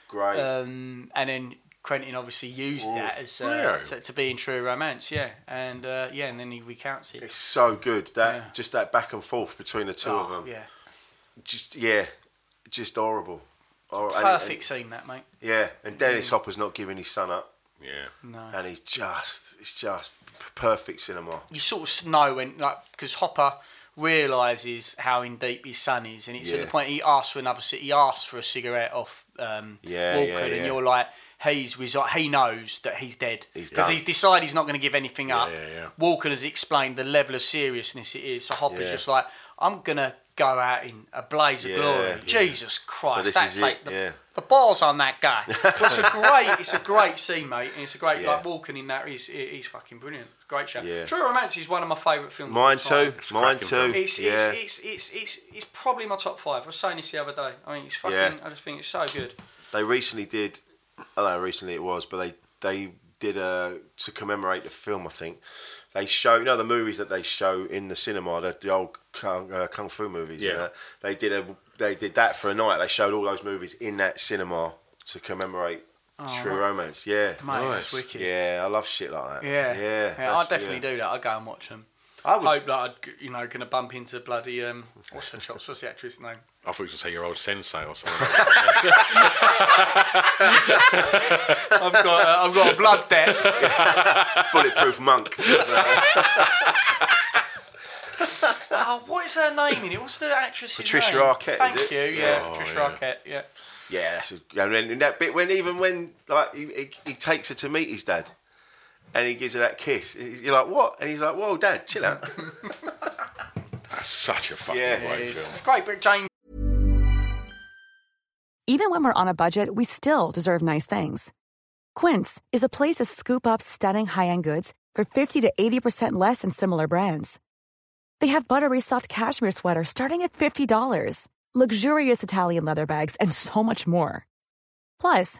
Speaker 5: Great.
Speaker 3: um, and then Quentin obviously used that as
Speaker 5: Oh,
Speaker 3: uh,
Speaker 2: Really?
Speaker 3: so- to be in True Romance, yeah, and uh, yeah, and then he recounts it.
Speaker 5: it's so good. That
Speaker 3: yeah. Oh,
Speaker 5: just that back and forth between the two of um, them.
Speaker 3: Yeah,
Speaker 5: Just yeah, just horrible. Hor- and- and-
Speaker 3: perfect Mm. scene that, mate.
Speaker 5: yeah, and Dennis Hopper's not giving his son up,
Speaker 2: Yeah.
Speaker 5: and he's just it's just p- perfect cinema.
Speaker 3: you sort of know when, like, because Hopper realizes how in deep his son is, and it's at
Speaker 5: Yeah.
Speaker 3: the point he asks for another, ci- he asks for a cigarette off um,
Speaker 5: Yeah,
Speaker 3: Walker,
Speaker 5: yeah, yeah.
Speaker 3: and you're like, he's resi- he knows that he's dead
Speaker 5: He's
Speaker 3: because
Speaker 5: done.
Speaker 3: he's decided he's not going to give anything up.
Speaker 2: yeah, yeah.
Speaker 3: Walker has explained the level of seriousness it is, so Hopper's
Speaker 5: Yeah.
Speaker 3: just like, I'm gonna go out in a blaze of
Speaker 5: Yeah,
Speaker 3: glory.
Speaker 5: yeah.
Speaker 3: Jesus Christ,
Speaker 5: this
Speaker 3: that's
Speaker 5: is
Speaker 3: like
Speaker 5: it,
Speaker 3: the,
Speaker 5: yeah.
Speaker 3: the balls on that guy. But it's a great, it's a great scene, mate, and it's a great
Speaker 5: Yeah.
Speaker 3: like walking in that. He's he's fucking brilliant. It's a great show.
Speaker 5: Yeah.
Speaker 3: True Romance is one of my favourite films. of
Speaker 5: Mine
Speaker 3: all time.
Speaker 5: too. Mine
Speaker 2: cracking
Speaker 5: too.
Speaker 2: film.
Speaker 3: It's,
Speaker 5: yeah.
Speaker 3: it's, it's, it's, it's, it's probably my top five. I was saying this the other day. I mean, it's fucking.
Speaker 5: Yeah.
Speaker 3: I just think it's so good.
Speaker 5: They recently did. I don't know. Recently it was, but they they did a to commemorate the film. I think they show you know the movies that they show in the cinema, the, the old kung, uh, kung fu movies. and
Speaker 2: Yeah.
Speaker 5: that. They did a they did that for a night. They showed all those movies in that cinema to commemorate
Speaker 3: Oh.
Speaker 5: True Romance. Yeah.
Speaker 3: Mate, that's wicked.
Speaker 5: Yeah, I love shit like that.
Speaker 3: Yeah,
Speaker 5: Yeah.
Speaker 3: I
Speaker 5: that's-
Speaker 3: definitely
Speaker 5: yeah.
Speaker 3: do that. I go and watch them.
Speaker 5: I
Speaker 3: I
Speaker 5: would-
Speaker 3: hope that I, you know, gonna bump into bloody um, what's the chops? What's the actress name?
Speaker 2: I thought you were going to say your old sensei or something.
Speaker 3: I've got, uh, I've got a blood debt.
Speaker 5: Bulletproof monk. uh,
Speaker 3: Oh, what is her name in it? What's the actress?
Speaker 5: Patricia
Speaker 3: name?
Speaker 5: Arquette, is
Speaker 3: Thank
Speaker 5: it?
Speaker 3: you. Yeah,
Speaker 2: Oh,
Speaker 3: Patricia
Speaker 2: yeah.
Speaker 3: Arquette. Yeah.
Speaker 5: yeah, that's a, and then that bit when even when like he, he, he takes her to meet his dad, and he gives her that kiss. You're like, what? And he's like, whoa, dad, chill out.
Speaker 2: That's such a fucking
Speaker 5: Yeah.
Speaker 2: great
Speaker 3: It's,
Speaker 2: film.
Speaker 3: it's great, but Jane.
Speaker 7: Even when we're on a budget, we still deserve nice things. Quince is a place to scoop up stunning high-end goods for 50 to 80% less than similar brands. They have buttery soft cashmere sweaters starting at $50, luxurious Italian leather bags, and so much more. Plus,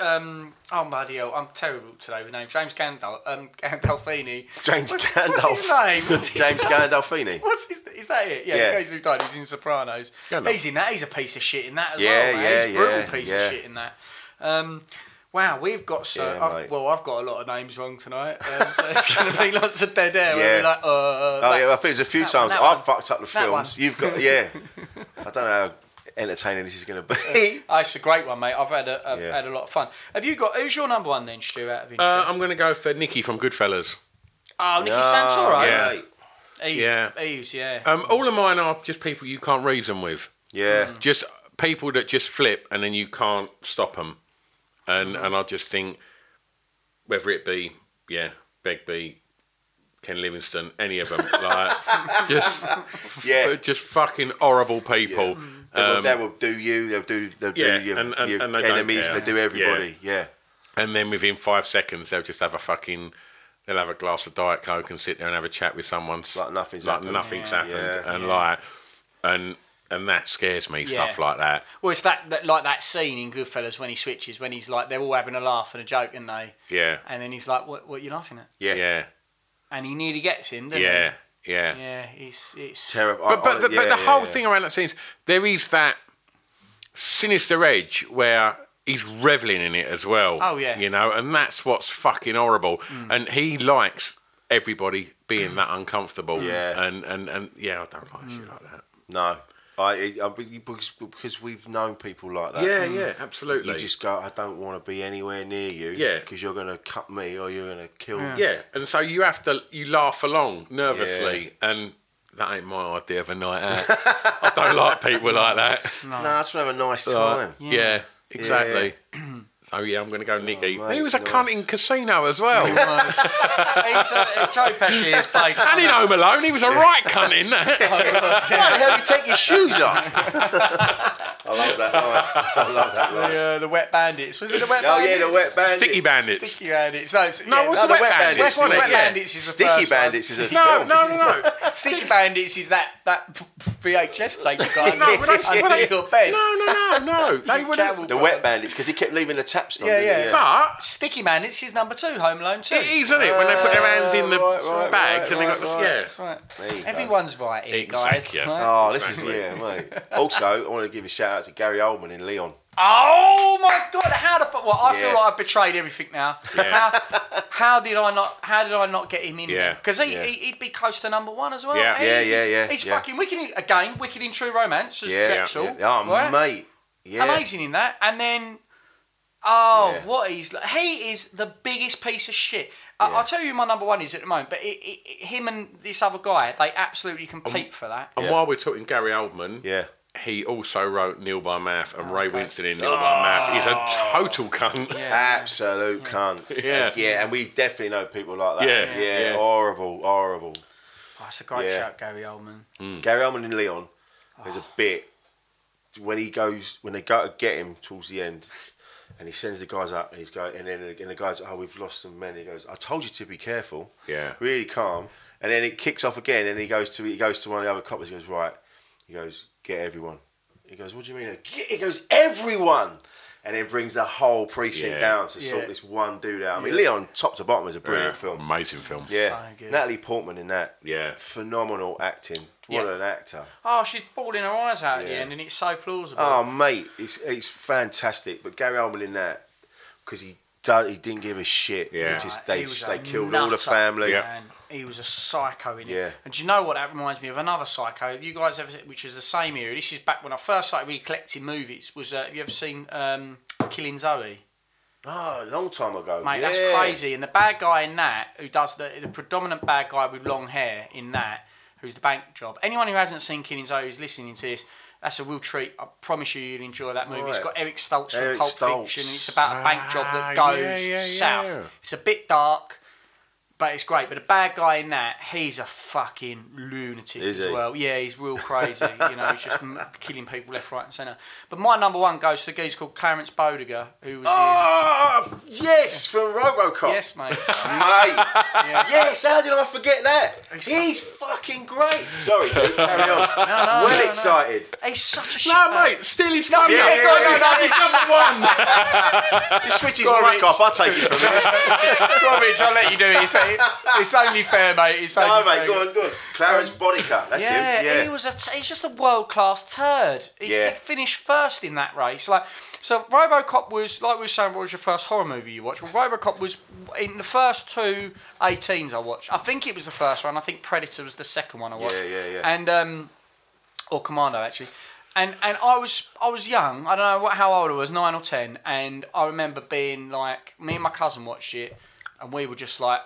Speaker 3: Um, oh bloody hell, I'm terrible today with names. James Gandal, um, Gandalfini.
Speaker 5: James
Speaker 3: what's,
Speaker 5: Gandalf.
Speaker 3: What's his name? What's his
Speaker 5: James Gandalfini.
Speaker 3: What's his, is that it? Yeah,
Speaker 5: Yeah.
Speaker 3: the guy who died. He's in Sopranos.
Speaker 2: Gandalf.
Speaker 3: He's in that. He's a piece of shit in that as
Speaker 5: Yeah,
Speaker 3: well. Man.
Speaker 5: yeah,
Speaker 3: he's a brutal
Speaker 5: yeah,
Speaker 3: piece
Speaker 5: yeah.
Speaker 3: of shit in that. Um, wow, we've got so.
Speaker 5: Yeah,
Speaker 3: I've,
Speaker 5: mate.
Speaker 3: well, I've got a lot of names wrong tonight, um, so it's going to be lots of dead air. We'll be
Speaker 5: Yeah.
Speaker 3: like, uh,
Speaker 5: Oh
Speaker 3: that-
Speaker 5: yeah, I think there's a few
Speaker 3: that one,
Speaker 5: times
Speaker 3: that
Speaker 5: I've
Speaker 3: one.
Speaker 5: fucked up the
Speaker 3: That one.
Speaker 5: films. You've got yeah. I don't know how entertaining this is going to be.
Speaker 3: Oh, it's a great one, mate. I've had a, a
Speaker 5: Yeah.
Speaker 3: had a lot of fun. Have you got who's your number one then, Stu? Out of interest,
Speaker 2: Uh, I'm going to go for Nikki from Goodfellas.
Speaker 3: oh Nicky Santoro.
Speaker 2: yeah.
Speaker 5: Mate.
Speaker 3: Eves,
Speaker 2: Yeah.
Speaker 3: Eves, yeah.
Speaker 2: Um, all of mine are just people you can't reason with.
Speaker 5: Yeah.
Speaker 2: Just people that just flip and then you can't stop them. And and I just think, whether it be yeah, Begbie, Ken Livingston, any of them, like just
Speaker 5: Yeah.
Speaker 2: just fucking horrible people.
Speaker 5: They, will, they will do you. They'll do. They'll
Speaker 2: um, Yeah,
Speaker 5: do your,
Speaker 2: and- and-
Speaker 5: your
Speaker 2: and they don't
Speaker 5: enemies.
Speaker 2: care.
Speaker 5: They do everybody. Yeah.
Speaker 2: And then within five seconds, they'll just have a fucking, they'll have a glass of diet coke and sit there and have a chat with someone. s-
Speaker 5: Like nothing's
Speaker 2: like
Speaker 5: happened.
Speaker 2: nothing's
Speaker 5: Yeah.
Speaker 2: happened,
Speaker 5: Yeah.
Speaker 2: and like, and and that scares me. Stuff
Speaker 3: Yeah.
Speaker 2: like that.
Speaker 3: Well, it's that, that like that scene in Goodfellas when he switches, when he's like they're all having a laugh and a joke, and they,
Speaker 2: Yeah,
Speaker 3: and then he's like, "What, what are you laughing at?"
Speaker 5: Yeah.
Speaker 2: yeah,
Speaker 3: And he nearly gets him, doesn't
Speaker 2: yeah, yeah.
Speaker 3: he? Yeah, he's it's
Speaker 5: Terrible.
Speaker 2: But
Speaker 5: I-
Speaker 2: but
Speaker 5: I-
Speaker 2: the,
Speaker 5: yeah,
Speaker 2: but the
Speaker 5: yeah,
Speaker 2: whole
Speaker 5: yeah.
Speaker 2: thing around that scene is there is that sinister edge where he's reveling in it as well.
Speaker 3: Oh, yeah. Mm.
Speaker 2: you know, and that's what's fucking horrible. And he likes everybody being that uncomfortable.
Speaker 5: Yeah.
Speaker 2: and and and yeah, I don't like
Speaker 3: Mm.
Speaker 2: shit like that.
Speaker 5: No. I, I because because we've known people like that.
Speaker 2: Yeah, yeah, absolutely.
Speaker 5: mm. You just go. I don't want to be anywhere near you.
Speaker 2: Yeah.
Speaker 5: Because you're gonna cut me or you're gonna kill me.
Speaker 2: yeah, and so you have to you laugh along nervously, and that ain't my idea of a night out. I don't like people like that.
Speaker 5: No, I just want to have a nice
Speaker 2: Like,
Speaker 5: time.
Speaker 2: uh, yeah. exactly. So yeah, I'm going to go Nicky. he was a cunt in Casino as well, and
Speaker 3: he's, uh, Joe Pesci has played.
Speaker 2: in Home Alone he was a right cunt in that.
Speaker 5: Why the hell do you take your shoes off? I love that line. I love that line.
Speaker 3: the, uh, the Wet Bandits was it the Wet
Speaker 5: Oh
Speaker 3: Bandits?
Speaker 5: yeah, the wet bandits.
Speaker 2: Sticky Bandits.
Speaker 3: Sticky Bandits. No, it's,
Speaker 2: No,
Speaker 3: yeah,
Speaker 2: what's the Wet Bandits?
Speaker 3: Wet,
Speaker 2: wasn't it?
Speaker 3: Wet
Speaker 2: Yeah.
Speaker 3: Bandits is the
Speaker 5: Sticky
Speaker 3: first one.
Speaker 5: Bandits is a
Speaker 2: No,
Speaker 5: film.
Speaker 2: no, no, no.
Speaker 3: Sticky Bandits is that that VHS tape guy.
Speaker 2: No, when I, when I,
Speaker 3: under your bed.
Speaker 2: no, no, no, no. They
Speaker 3: Nick
Speaker 2: would
Speaker 3: Cavell.
Speaker 5: The wet bandits because he kept leaving the taps. on,
Speaker 3: Yeah,
Speaker 5: didn't he?
Speaker 3: yeah.
Speaker 2: But
Speaker 3: Sticky Bandits is number two, Home Alone two.
Speaker 2: it is, isn't it? When they put their hands in the
Speaker 5: Right, right,
Speaker 2: bags
Speaker 5: right,
Speaker 2: and they got
Speaker 5: right,
Speaker 2: the
Speaker 5: right.
Speaker 2: yeah.
Speaker 3: That's right.
Speaker 5: There you go.
Speaker 3: Everyone's right here,
Speaker 2: Exactly.
Speaker 3: guys. Right?
Speaker 5: Oh, this is yeah, mate. Also, I want to give a shout out to Gary Oldman in Leon.
Speaker 3: Oh my god! How the fu- well? I feel
Speaker 5: Yeah.
Speaker 3: like I've betrayed everything now. How, how did I not? How did I not get him in?
Speaker 2: Yeah.
Speaker 3: Because he,
Speaker 5: Yeah.
Speaker 3: he he'd be close to number one as well.
Speaker 2: Yeah.
Speaker 3: He
Speaker 5: Yeah,
Speaker 3: is.
Speaker 5: yeah,
Speaker 3: He's-
Speaker 5: yeah,
Speaker 3: He's
Speaker 5: yeah.
Speaker 3: fucking wicked in, again. Wicked in True Romance as
Speaker 5: Yeah,
Speaker 3: Drexel.
Speaker 5: yeah. Oh,
Speaker 3: right?
Speaker 5: mate. Yeah.
Speaker 3: Amazing in that. And then Oh,
Speaker 5: Yeah.
Speaker 3: what he's like. He is the biggest piece of shit. I, I'll tell you who my number one is at the moment, but it, it, it- him and this other guy, they absolutely
Speaker 5: Um,
Speaker 3: compete for that.
Speaker 2: And while we're talking Gary Oldman,
Speaker 5: yeah,
Speaker 2: he also wrote Neil by Mouth, and Ray Winston in Neil by Mouth is a total cunt.
Speaker 5: Absolute cunt.
Speaker 2: Yeah.
Speaker 5: Yeah, and we definitely know people like that.
Speaker 2: Yeah,
Speaker 5: Yeah,
Speaker 2: yeah.
Speaker 5: horrible, horrible.
Speaker 3: Oh, that's a great
Speaker 5: Yeah.
Speaker 3: shout, Gary Oldman.
Speaker 2: Hmm.
Speaker 5: Gary Oldman and Leon, there's a bit when he goes when they go to get him towards the end, and he sends the guys up, and he's going, and then and the guys, oh, we've lost some men. He goes, I told you to be careful.
Speaker 2: Yeah.
Speaker 5: Really calm, and then it kicks off again, and he goes to he goes to one of the other coppers. He goes, right. He goes, get everyone. He goes, what do you mean? Get-" He goes, everyone. And then brings the whole precinct
Speaker 2: Yeah.
Speaker 5: down to sort
Speaker 3: Yeah.
Speaker 5: this one dude out. I mean, Leon, top to bottom, is a brilliant film.
Speaker 2: Amazing film.
Speaker 5: Yeah,
Speaker 3: So good.
Speaker 5: Natalie Portman in that.
Speaker 2: Yeah.
Speaker 5: phenomenal acting. What
Speaker 3: Yeah.
Speaker 5: an actor!
Speaker 3: Oh, she's bawling her eyes out at the
Speaker 5: Yeah.
Speaker 3: end, and it's so plausible.
Speaker 5: Oh, mate, it's it's fantastic. But Gary Oldman in that because he don't, he didn't give a shit. He
Speaker 2: Yeah.
Speaker 5: just,
Speaker 3: Uh, He
Speaker 5: they
Speaker 3: was
Speaker 5: just,
Speaker 3: a
Speaker 5: they killed all the
Speaker 3: nutter,
Speaker 5: family.
Speaker 3: man. He was a psycho in it.
Speaker 5: Yeah.
Speaker 3: And do you know what? That reminds me of another psycho. Have you guys ever, which is the same era, this is back when I first started really collecting movies, was uh, have you ever seen um, Killing Zoe?
Speaker 5: Oh, a long time ago.
Speaker 3: Mate, that's
Speaker 5: Yeah.
Speaker 3: crazy. And the bad guy in that, who does the, the predominant bad guy with long hair in that, who's the bank job. Anyone who hasn't seen Killing Zoe who's listening to this. That's a real treat. I promise you, you'll enjoy that movie. It's
Speaker 5: Right.
Speaker 3: got Eric Stoltz from
Speaker 5: Eric
Speaker 3: Pulp
Speaker 5: Stoltz.
Speaker 3: Fiction, and it's about a bank job that
Speaker 2: Ah,
Speaker 3: goes
Speaker 2: yeah, yeah,
Speaker 3: south.
Speaker 2: yeah.
Speaker 3: It's a bit dark, but it's great. But the bad guy in that, he's a fucking lunatic
Speaker 5: Is
Speaker 3: as
Speaker 5: he?
Speaker 3: well. Yeah, he's real crazy. you know, he's just m- killing people left, right, and centre. But my number one goes to the guy who's called Clarence Bodiger, who was in
Speaker 5: Oh, yes, from Robocop.
Speaker 3: Yes, mate.
Speaker 5: Mate, yes, how did I forget that? He's fucking great. Sorry, dude, carry on. well excited.
Speaker 3: He's such a shit.
Speaker 2: No, mate, still his number
Speaker 5: yeah, yeah,
Speaker 2: one.
Speaker 5: yeah,
Speaker 2: He's number one.
Speaker 5: Just switch his mic off, I'll take it from here.
Speaker 3: Rich, I'll let you do it. It's, it's only fair, mate. It's
Speaker 5: no,
Speaker 3: only
Speaker 5: mate,
Speaker 3: fair.
Speaker 5: go on, go on. Clarence Bodica, that's
Speaker 3: Yeah,
Speaker 5: him. Yeah,
Speaker 3: he was a t- he's just a world class turd. He,
Speaker 5: Yeah.
Speaker 3: he finished first in that race. Like so, RoboCop was like we were saying. What was your first horror movie you watched? Well, RoboCop was in the first two 18s I watched. I think it was the first one. I think Predator was the second one I watched.
Speaker 5: Yeah, yeah, yeah.
Speaker 3: And um, or Commando actually. And and I was I was young. I don't know what how old I was, nine or ten. And I remember being like, me and my cousin watched it, and we were just like.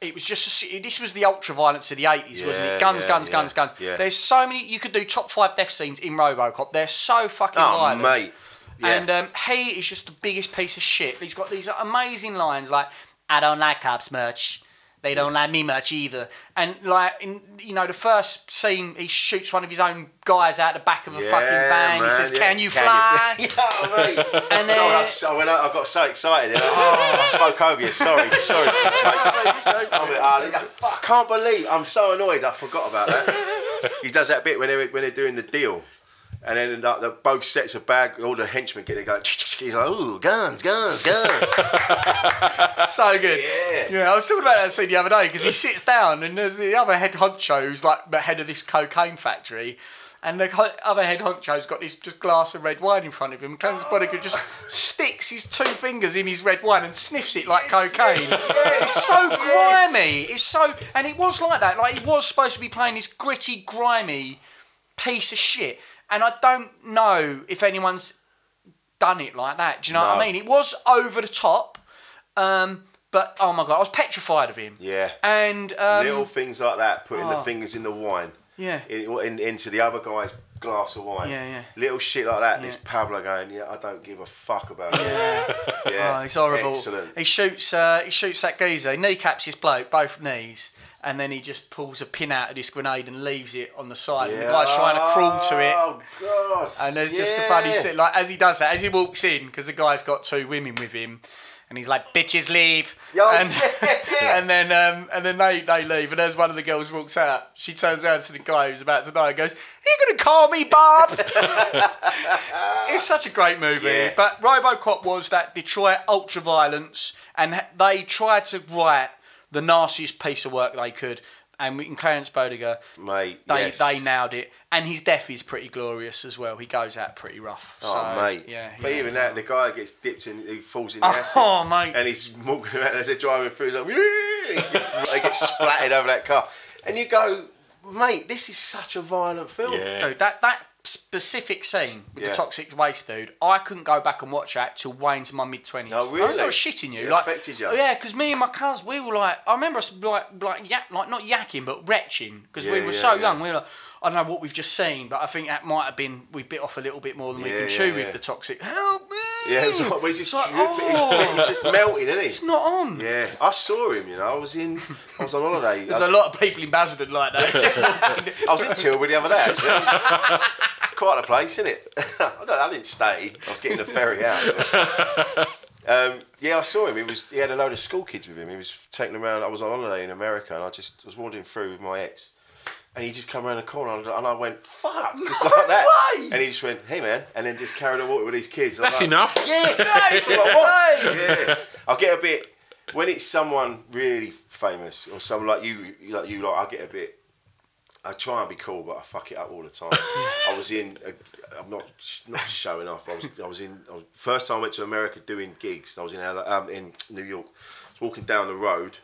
Speaker 3: It was just this was the ultra violence of the eighties, wasn't
Speaker 5: Yeah,
Speaker 3: it? Guns,
Speaker 5: yeah,
Speaker 3: guns,
Speaker 5: yeah,
Speaker 3: guns, guns.
Speaker 5: yeah.
Speaker 3: There's so many. You could do top five death scenes in RoboCop. They're so fucking
Speaker 5: oh,
Speaker 3: violent.
Speaker 5: mate. Yeah.
Speaker 3: And um, he is just the biggest piece of shit. He's got these amazing lines like, "I don't like cops much. They don't like me much either." And like, in, you know, the first scene, he shoots one of his own guys out the back of a fucking van. he says, "Can you fly?"
Speaker 5: yeah, mate.
Speaker 3: And then-
Speaker 5: sorry, I, so, when I, I got so excited. and I, I spoke over you. Sorry, sorry. I, spoke. I'm like, "Ah, I, fuck, I can't believe I'm so annoyed. I forgot about that. he does that bit when they're when they're doing the deal, and then like, the, both sets of bag, all the henchmen get they go. He's like, ooh, guns, guns, guns.
Speaker 3: so good.
Speaker 5: Yeah.
Speaker 3: I was talking about that scene the other day because he sits down and there's the other head honcho who's like the head of this cocaine factory. And the co- other head honcho's got this just glass of red wine in front of him. Clarence Boddicker just sticks his two fingers in his red wine and sniffs it like cocaine. It's so grimy. It's so, and it was like that. Like he was supposed to be playing this gritty, grimy piece of shit. And I don't know if anyone's done it like that. Do you know what I mean? It was over the top, um, but oh my god, I was petrified of him.
Speaker 5: Yeah.
Speaker 3: And um,
Speaker 5: Little things like that, putting
Speaker 3: Oh.
Speaker 5: the fingers in the wine.
Speaker 3: Yeah.
Speaker 5: In, in, into the other guy's glass of wine.
Speaker 3: Yeah, yeah.
Speaker 5: Little shit like that. And it's
Speaker 3: Yeah.
Speaker 5: Pablo going, yeah, I don't give a fuck about it. Yeah.
Speaker 3: oh, he's horrible.
Speaker 5: Excellent.
Speaker 3: He shoots. Uh, he shoots that geezer. He kneecaps his bloke, both knees, and then he just pulls a pin out of this grenade and leaves it on the side. And the guy's trying to crawl to it.
Speaker 5: Oh, God.
Speaker 3: And there's just a
Speaker 5: Yeah.
Speaker 3: funny scene, like as he does that, as he walks in, because the guy's got two women with him, and he's like, "Bitches leave,"
Speaker 5: Yo,
Speaker 3: and
Speaker 5: yeah, yeah.
Speaker 3: and then um, and then they, they leave, and as one of the girls walks out, she turns around to the guy who's about to die and goes, "Are you gonna call me Bob?" it's such a great movie.
Speaker 5: Yeah.
Speaker 3: But RoboCop was that Detroit ultra violence, and they tried to write the nastiest piece of work they could. And we- and Clarence Bodiger,
Speaker 5: Mate,
Speaker 3: they
Speaker 5: yes.
Speaker 3: they nailed it. And his death is pretty glorious as well. He goes out pretty rough.
Speaker 5: Oh,
Speaker 3: so,
Speaker 5: mate.
Speaker 3: Yeah.
Speaker 5: But
Speaker 3: yeah.
Speaker 5: even that, the guy gets dipped in, he falls in the
Speaker 3: Oh,
Speaker 5: acid.
Speaker 3: mate.
Speaker 5: And he's walking around as they're driving through. He's like, "Yeah," he gets, he gets splatted over that car. And you go, mate, this is such a violent film.
Speaker 2: Yeah.
Speaker 3: Dude, that that specific scene with
Speaker 5: Yeah.
Speaker 3: the toxic waste dude, I couldn't go back and watch that till way into my mid twenties.
Speaker 5: Oh, really?
Speaker 3: I'm not shitting you.
Speaker 5: It
Speaker 3: like,
Speaker 5: affected you?
Speaker 3: Yeah, because me and my cuz, we were like, I remember us like like yak, like not yakking, but retching because we
Speaker 5: Yeah,
Speaker 3: were
Speaker 5: yeah,
Speaker 3: so
Speaker 5: yeah.
Speaker 3: young. We were like. I don't know what we've just seen, but I think that might have been we bit off a little bit more than we
Speaker 5: Yeah,
Speaker 3: can
Speaker 5: yeah,
Speaker 3: chew
Speaker 5: yeah.
Speaker 3: with the toxic. Help me!
Speaker 5: Yeah, it's like, well, he's
Speaker 3: It's
Speaker 5: just
Speaker 3: like,
Speaker 5: dripping.
Speaker 3: oh.
Speaker 5: he's just melting, isn't he?
Speaker 3: It's not on.
Speaker 5: Yeah, I saw him. You know, I was in, I was on holiday.
Speaker 3: There's
Speaker 5: I,
Speaker 3: a lot of people in Basildon like that. Just walking-
Speaker 5: I was in Tilbury the other day. Actually. It was- It's quite a place, isn't it? I, don't, I didn't stay. I was getting the ferry out. um, yeah, I saw him. He was. He had a load of school kids with him. He was taking them around. I was on holiday in America, and I just was wandering through with my ex. And he just come around the corner, and I and I went, "Fuck!" Just like that.
Speaker 3: way!
Speaker 5: And he just went, "Hey, man!" And then just carried on walking with these kids. I'm
Speaker 2: That's
Speaker 5: like,
Speaker 2: enough.
Speaker 3: yes,
Speaker 5: Like, what?
Speaker 3: insane.
Speaker 5: Yeah. I get a bit when it's someone really famous or someone like you, like you, like I get a bit. I try and be cool, but I fuck it up all the time. I was in. A, I'm not not showing off. I was. I was in. I was, first time I went to America doing gigs. I was in LA, um, in New York. I was walking down the road,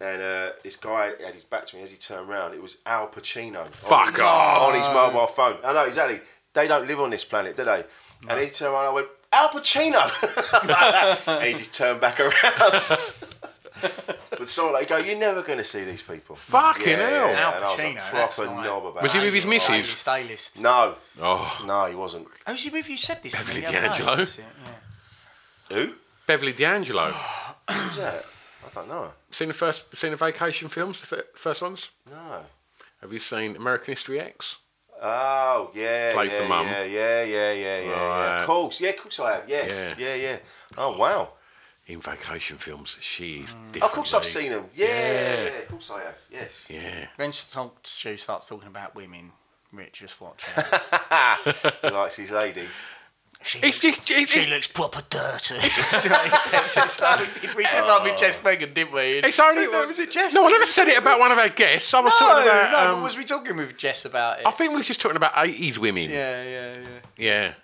Speaker 5: and uh, this guy had his back to me. As he turned round, it was Al Pacino.
Speaker 2: Fuck
Speaker 5: on his,
Speaker 2: off.
Speaker 5: On his mobile phone. I know exactly. They don't live on this planet, do they? And he turned around. I went Al Pacino, Like that. and he just turned back around. But so like, go, you're never going to see these people.
Speaker 2: Fucking hell.
Speaker 3: Al
Speaker 5: and I was a
Speaker 3: Pacino, that's
Speaker 5: proper
Speaker 3: like-
Speaker 5: knob about
Speaker 2: Was he
Speaker 5: it.
Speaker 2: with his missus?
Speaker 3: A-list, A-list.
Speaker 5: No,
Speaker 2: Oh,
Speaker 5: no, he wasn't.
Speaker 3: Who's he with? You said this.
Speaker 2: Beverly
Speaker 3: didn't you, the other
Speaker 2: D'Angelo.
Speaker 3: day? That's it, yeah.
Speaker 5: Who?
Speaker 2: Beverly D'Angelo.
Speaker 5: Who's that? I don't know.
Speaker 2: seen the first seen the vacation films, the fir- first ones?
Speaker 5: No.
Speaker 2: Have you seen American History X?
Speaker 5: Oh yeah,
Speaker 2: Played
Speaker 5: yeah,
Speaker 2: for mum.
Speaker 5: Yeah, yeah, yeah, yeah, yeah, yeah.
Speaker 2: Right.
Speaker 5: Of course, yeah, of course I have. Yes, yeah, yeah. Oh wow. Oh,
Speaker 2: In vacation films, she's
Speaker 3: Mm.
Speaker 2: different.
Speaker 5: Of course I've
Speaker 2: mate.
Speaker 5: seen them. Yeah,
Speaker 2: Yeah.
Speaker 5: yeah. of course I have. Yes.
Speaker 2: Yeah.
Speaker 3: When Stu Stu starts talking about women, Rich, just watch out.
Speaker 5: he likes his ladies.
Speaker 3: She
Speaker 2: It's
Speaker 3: looks-
Speaker 2: just it's,
Speaker 3: she
Speaker 2: it's,
Speaker 3: looks proper dirty. That's what he says. It's like- we did like with Oh. Jess Megan, didn't we?
Speaker 2: it's only
Speaker 3: no, was it Jess?
Speaker 2: No, I never said it about one of our guests. I was
Speaker 3: No,
Speaker 2: talking about.
Speaker 3: no,
Speaker 2: um,
Speaker 3: but was we talking with Jess about it?
Speaker 2: I think we were just talking about eighties women.
Speaker 3: yeah, yeah, yeah.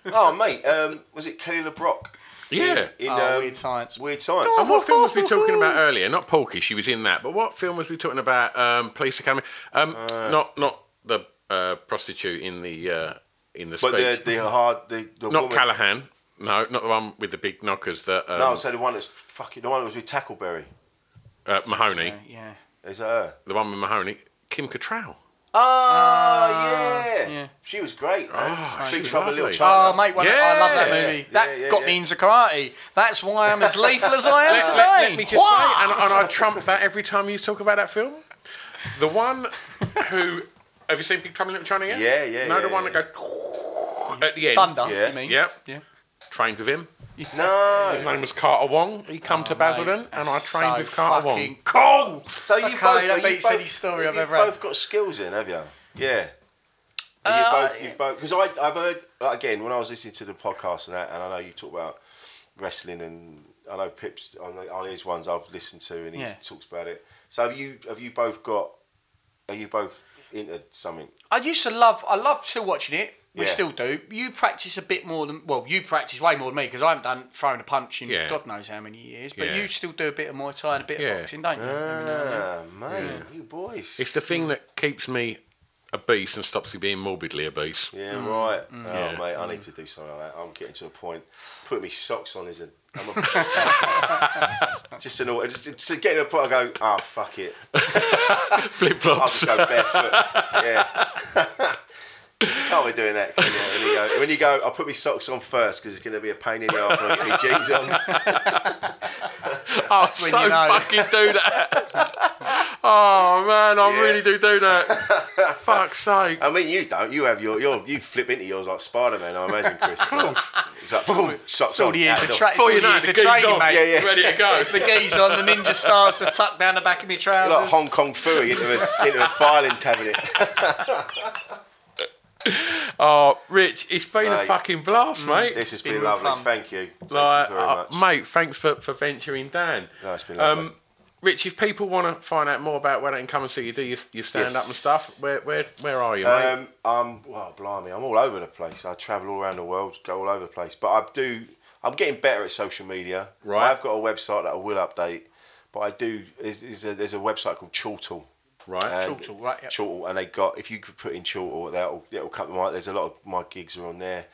Speaker 2: Yeah.
Speaker 5: Oh mate, um, was it Kelly LeBrock?
Speaker 2: Yeah.
Speaker 5: In
Speaker 3: Oh,
Speaker 5: um,
Speaker 3: Weird Science.
Speaker 5: Weird Science.
Speaker 2: And what film was we talking about earlier? Not Porky, she was in that. But what film was we talking about? Um, Police Academy. Um,
Speaker 5: Uh.
Speaker 2: not not the uh, prostitute in the uh, in the
Speaker 5: But the
Speaker 2: speech.
Speaker 5: the hard the, the
Speaker 2: not
Speaker 5: woman,
Speaker 2: Callahan. No, not the one with the big knockers that um,
Speaker 5: No, so the one that's fucking the one that was with Tackleberry.
Speaker 2: uh, Mahoney.
Speaker 3: Yeah.
Speaker 5: Is that her?
Speaker 2: The one with Mahoney. Kim Cattrall.
Speaker 5: Oh, yeah.
Speaker 3: Ah, yeah.
Speaker 5: She was great. Man.
Speaker 2: Oh, she
Speaker 5: Big
Speaker 2: was
Speaker 5: Trouble in Little
Speaker 2: lovely.
Speaker 3: Oh,
Speaker 5: China.
Speaker 3: mate, one, I love that movie.
Speaker 5: Yeah,
Speaker 3: that
Speaker 5: yeah,
Speaker 3: got
Speaker 5: yeah.
Speaker 3: me into karate. That's why I'm as lethal as I am
Speaker 2: Let,
Speaker 3: today.
Speaker 2: let- let me just
Speaker 3: Wah!
Speaker 2: say, and, and I trump that every time you talk about that film. The one who. Have you seen Big Trouble in Little China yet?
Speaker 5: Yeah, yeah,
Speaker 2: No, the
Speaker 5: yeah,
Speaker 2: one
Speaker 5: yeah.
Speaker 2: that goes at the end.
Speaker 3: Thunder,
Speaker 5: Yeah.
Speaker 3: you mean?
Speaker 2: Yep.
Speaker 3: Yeah.
Speaker 2: Trained with him.
Speaker 3: Oh,
Speaker 2: His
Speaker 5: No.
Speaker 2: name was Carter Wong. He come to Basildon, and I trained
Speaker 3: that's so
Speaker 2: with Carter Wong.
Speaker 3: fucking
Speaker 2: Cool.
Speaker 5: So you
Speaker 3: Okay,
Speaker 5: both,
Speaker 3: that
Speaker 5: you
Speaker 3: beats
Speaker 5: both,
Speaker 3: any story I've
Speaker 5: you
Speaker 3: ever had.
Speaker 5: both got skills in, have you? Yeah.
Speaker 3: Uh,
Speaker 5: you both, you both, because I I've heard like, again when I was listening to the podcast and that, and I know you talk about wrestling and I know Pips on, the, on his ones I've listened to and he
Speaker 3: Yeah.
Speaker 5: talks about it. So have you have you both got? Are you both into something?
Speaker 3: I used to love. I love still watching it. We
Speaker 5: Yeah.
Speaker 3: still do. You practice a bit more than well. You practice way more than me because I haven't done throwing a punch in
Speaker 2: Yeah.
Speaker 3: God knows how many years. But
Speaker 2: Yeah.
Speaker 3: you still do a bit of Muay Thai and a bit
Speaker 2: Yeah.
Speaker 3: of boxing, don't you? Every now and then.
Speaker 5: Ah, mate, you boys.
Speaker 2: It's the thing that keeps me obese and stops me being morbidly obese.
Speaker 5: Yeah, right. Oh,
Speaker 2: Yeah.
Speaker 5: mate, I need to do something like that. I'm getting to a point. Putting me socks on isn't. I'm a, just an order. Just, just getting to a point, I go, oh, fuck it.
Speaker 2: Flip
Speaker 5: I'll
Speaker 2: flops.
Speaker 5: just go barefoot. Yeah. Can't be doing that. can you? When you go, when you go, I'll put my socks on first because it's going to be a pain in the arse when I get my jeans on.
Speaker 2: I
Speaker 3: when
Speaker 2: Oh, so
Speaker 3: you know.
Speaker 2: fucking do that. oh man, I
Speaker 5: Yeah. Uh,
Speaker 2: really do do that. Fuck's sake.
Speaker 5: I mean, you don't. You have your, your you flip into yours like Spider Man, I imagine, Chris. It's like, boom, socks
Speaker 3: It's all
Speaker 5: on.
Speaker 3: the years of
Speaker 5: out the door.
Speaker 3: tra- it's all
Speaker 2: Before you know
Speaker 3: the
Speaker 2: it,
Speaker 3: years
Speaker 2: the
Speaker 3: of
Speaker 2: gee's
Speaker 3: training,
Speaker 2: on.
Speaker 3: mate.
Speaker 5: Yeah, yeah.
Speaker 2: Ready to go.
Speaker 3: The geese on the ninja stars are tucked down the back of my trousers.
Speaker 5: You're like Hong Kong fooey into a, into a filing cabinet.
Speaker 2: Oh, Rich, it's been a
Speaker 5: Mate.
Speaker 2: fucking blast, mate.
Speaker 5: This has
Speaker 3: been
Speaker 5: been,
Speaker 3: real
Speaker 5: lovely.
Speaker 3: fun.
Speaker 5: Thank you. Thank
Speaker 2: like,
Speaker 5: you very
Speaker 2: uh, um,
Speaker 5: much.
Speaker 2: mate, thanks for, for venturing down.
Speaker 5: No, it's been lovely.
Speaker 2: Rich, if people want to find out more about where they can come and see you do your, your stand up
Speaker 5: Yes.
Speaker 2: and stuff, where where where are you, mate?
Speaker 5: Um, um, well, blimey, I'm all over the place. I travel all around the world, go all over the place. But I do, I'm getting better at social media.
Speaker 2: Right.
Speaker 5: I've got a website that I will update, but I do. There's, there's, a, there's a website called Chortle
Speaker 2: Right.
Speaker 5: And-
Speaker 3: Chortle, right, yep.
Speaker 5: Chortle, and they got if you could put in Chortle, that'll that'll come. My, there's a lot of my gigs are on there.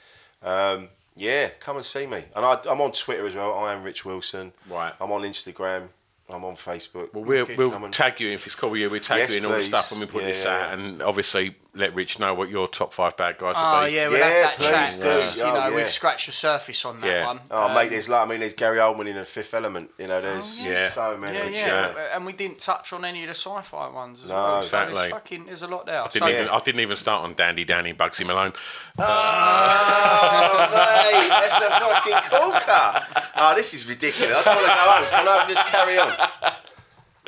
Speaker 5: Um, yeah, come and see me. And I, I'm on Twitter as well. I am Rich Wilson.
Speaker 2: Right.
Speaker 5: I'm on Instagram. I'm on Facebook.
Speaker 2: Well, we'll,
Speaker 5: Come
Speaker 2: we'll
Speaker 5: and-
Speaker 2: tag you in if it's cool with you. We'll tag
Speaker 5: Yes,
Speaker 2: you in all the
Speaker 5: please.
Speaker 2: stuff when we put
Speaker 5: Yeah,
Speaker 2: this
Speaker 5: yeah,
Speaker 2: out, and obviously let Rich know what your top five bad guys
Speaker 3: Oh,
Speaker 2: would be.
Speaker 3: yeah, we'll
Speaker 5: Yeah,
Speaker 3: have that
Speaker 5: please
Speaker 3: chat
Speaker 5: do.
Speaker 3: 'cause, you
Speaker 5: Oh,
Speaker 3: know,
Speaker 5: yeah.
Speaker 3: we've scratched the surface on that
Speaker 2: Yeah.
Speaker 3: one.
Speaker 5: Oh,
Speaker 3: Um,
Speaker 5: mate, there's like I mean, there's Gary Oldman in The Fifth Element. You know, there's
Speaker 2: yeah.
Speaker 5: so many.
Speaker 3: Yeah, yeah,
Speaker 2: Yeah.
Speaker 3: and we didn't touch on any of the sci-fi ones as
Speaker 5: No.
Speaker 3: well. So
Speaker 2: Exactly.
Speaker 3: there's fucking, there's a lot there.
Speaker 2: I didn't,
Speaker 3: So-
Speaker 2: even, I didn't even start on Dandy Danny Bugsy Malone.
Speaker 5: Oh, mate, that's a fucking corker. Oh, this is ridiculous. I don't want to go home. Can I just carry on?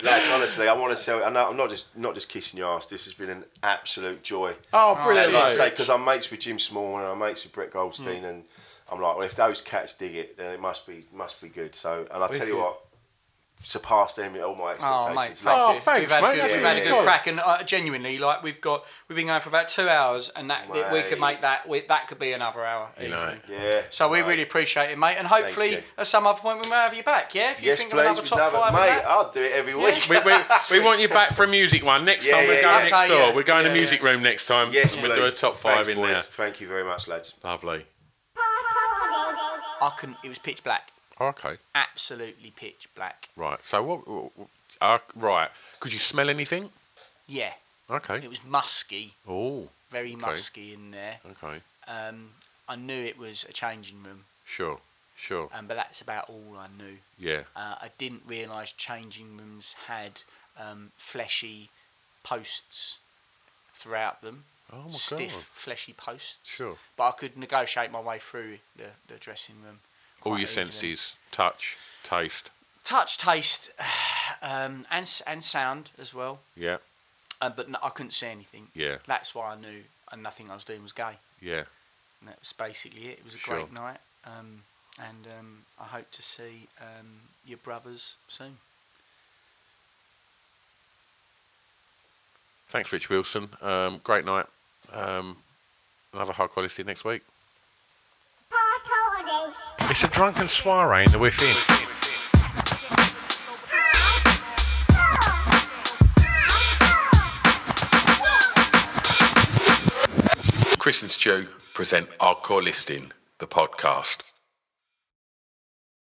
Speaker 5: Lads, honestly, I want to tell you, I know I'm not just not just kissing your ass. This has been an absolute joy.
Speaker 3: Ah,
Speaker 2: Oh, brilliant!
Speaker 5: And like I say, because I'm mates with Jim Small and I'm mates with Brett Goldstein, and I'm like, well, if those cats dig it, then it must be must be good. So, and I tell you what, surpassed them all my
Speaker 3: Oh, mate,
Speaker 5: expectations.
Speaker 3: thank
Speaker 2: Oh,
Speaker 3: you.
Speaker 2: thanks,
Speaker 3: we've had
Speaker 2: mate,
Speaker 3: a good,
Speaker 2: that's
Speaker 3: we've had a
Speaker 5: really
Speaker 3: good
Speaker 5: good.
Speaker 3: crack, and uh, genuinely, like we've got, we've been going for about two hours, and that that we could
Speaker 5: Mate.
Speaker 3: make that we, that could be another hour.
Speaker 2: You know,
Speaker 3: easily.
Speaker 5: yeah.
Speaker 3: So we
Speaker 5: mate.
Speaker 3: really appreciate it, mate, and hopefully
Speaker 5: you.
Speaker 3: at some other point we may have you back. Yeah, if you
Speaker 5: yes,
Speaker 3: think
Speaker 5: please,
Speaker 3: of another
Speaker 5: we'd
Speaker 3: top
Speaker 5: love it.
Speaker 3: five, and
Speaker 5: mate.
Speaker 3: that.
Speaker 5: I'll do it every week.
Speaker 2: we, we, we want you back for a music one next
Speaker 5: Yeah,
Speaker 2: time. We're
Speaker 5: yeah,
Speaker 2: going
Speaker 5: yeah.
Speaker 2: next
Speaker 3: Okay,
Speaker 2: door.
Speaker 3: yeah.
Speaker 2: We're going to
Speaker 3: Yeah,
Speaker 2: music room next time.
Speaker 5: Yes,
Speaker 2: and we'll do a
Speaker 5: please.
Speaker 2: top five
Speaker 5: Thanks,
Speaker 2: in
Speaker 5: boys.
Speaker 2: there.
Speaker 5: Thank you very much, lads.
Speaker 2: Lovely.
Speaker 3: I couldn't. It was pitch black,
Speaker 2: Okay.
Speaker 3: absolutely pitch black.
Speaker 2: Right. So what? what- what- Uh, right. Could you smell anything?
Speaker 3: Yeah,
Speaker 2: Okay.
Speaker 3: it was musky,
Speaker 2: Oh.
Speaker 3: very musky in there.
Speaker 2: Okay.
Speaker 3: Um, I knew it was a changing room,
Speaker 2: Sure. Sure.
Speaker 3: um, but that's about all I knew.
Speaker 2: Yeah.
Speaker 3: Uh, I didn't realise changing rooms had um, fleshy posts throughout them.
Speaker 2: Oh my
Speaker 3: Stiff,
Speaker 2: god.
Speaker 3: fleshy posts.
Speaker 2: Sure.
Speaker 3: But I could negotiate my way through the, the dressing room.
Speaker 2: All
Speaker 3: quite
Speaker 2: your
Speaker 3: easily.
Speaker 2: senses: touch, taste.
Speaker 3: Touch, taste, um, and, s- and sound as well.
Speaker 2: Yeah.
Speaker 3: Uh, but no, I couldn't see anything.
Speaker 2: Yeah.
Speaker 3: That's why I knew and nothing I was doing was gay.
Speaker 2: Yeah.
Speaker 3: And that was basically it. It was a
Speaker 2: Sure.
Speaker 3: great night. Um, and um, I hope to see um, your brothers soon.
Speaker 2: Thanks, Rich Wilson. Um, great night. Um, another high quality next week. It's a drunken soiree in the within. Chris and Stu present Hardcore Listing, the podcast.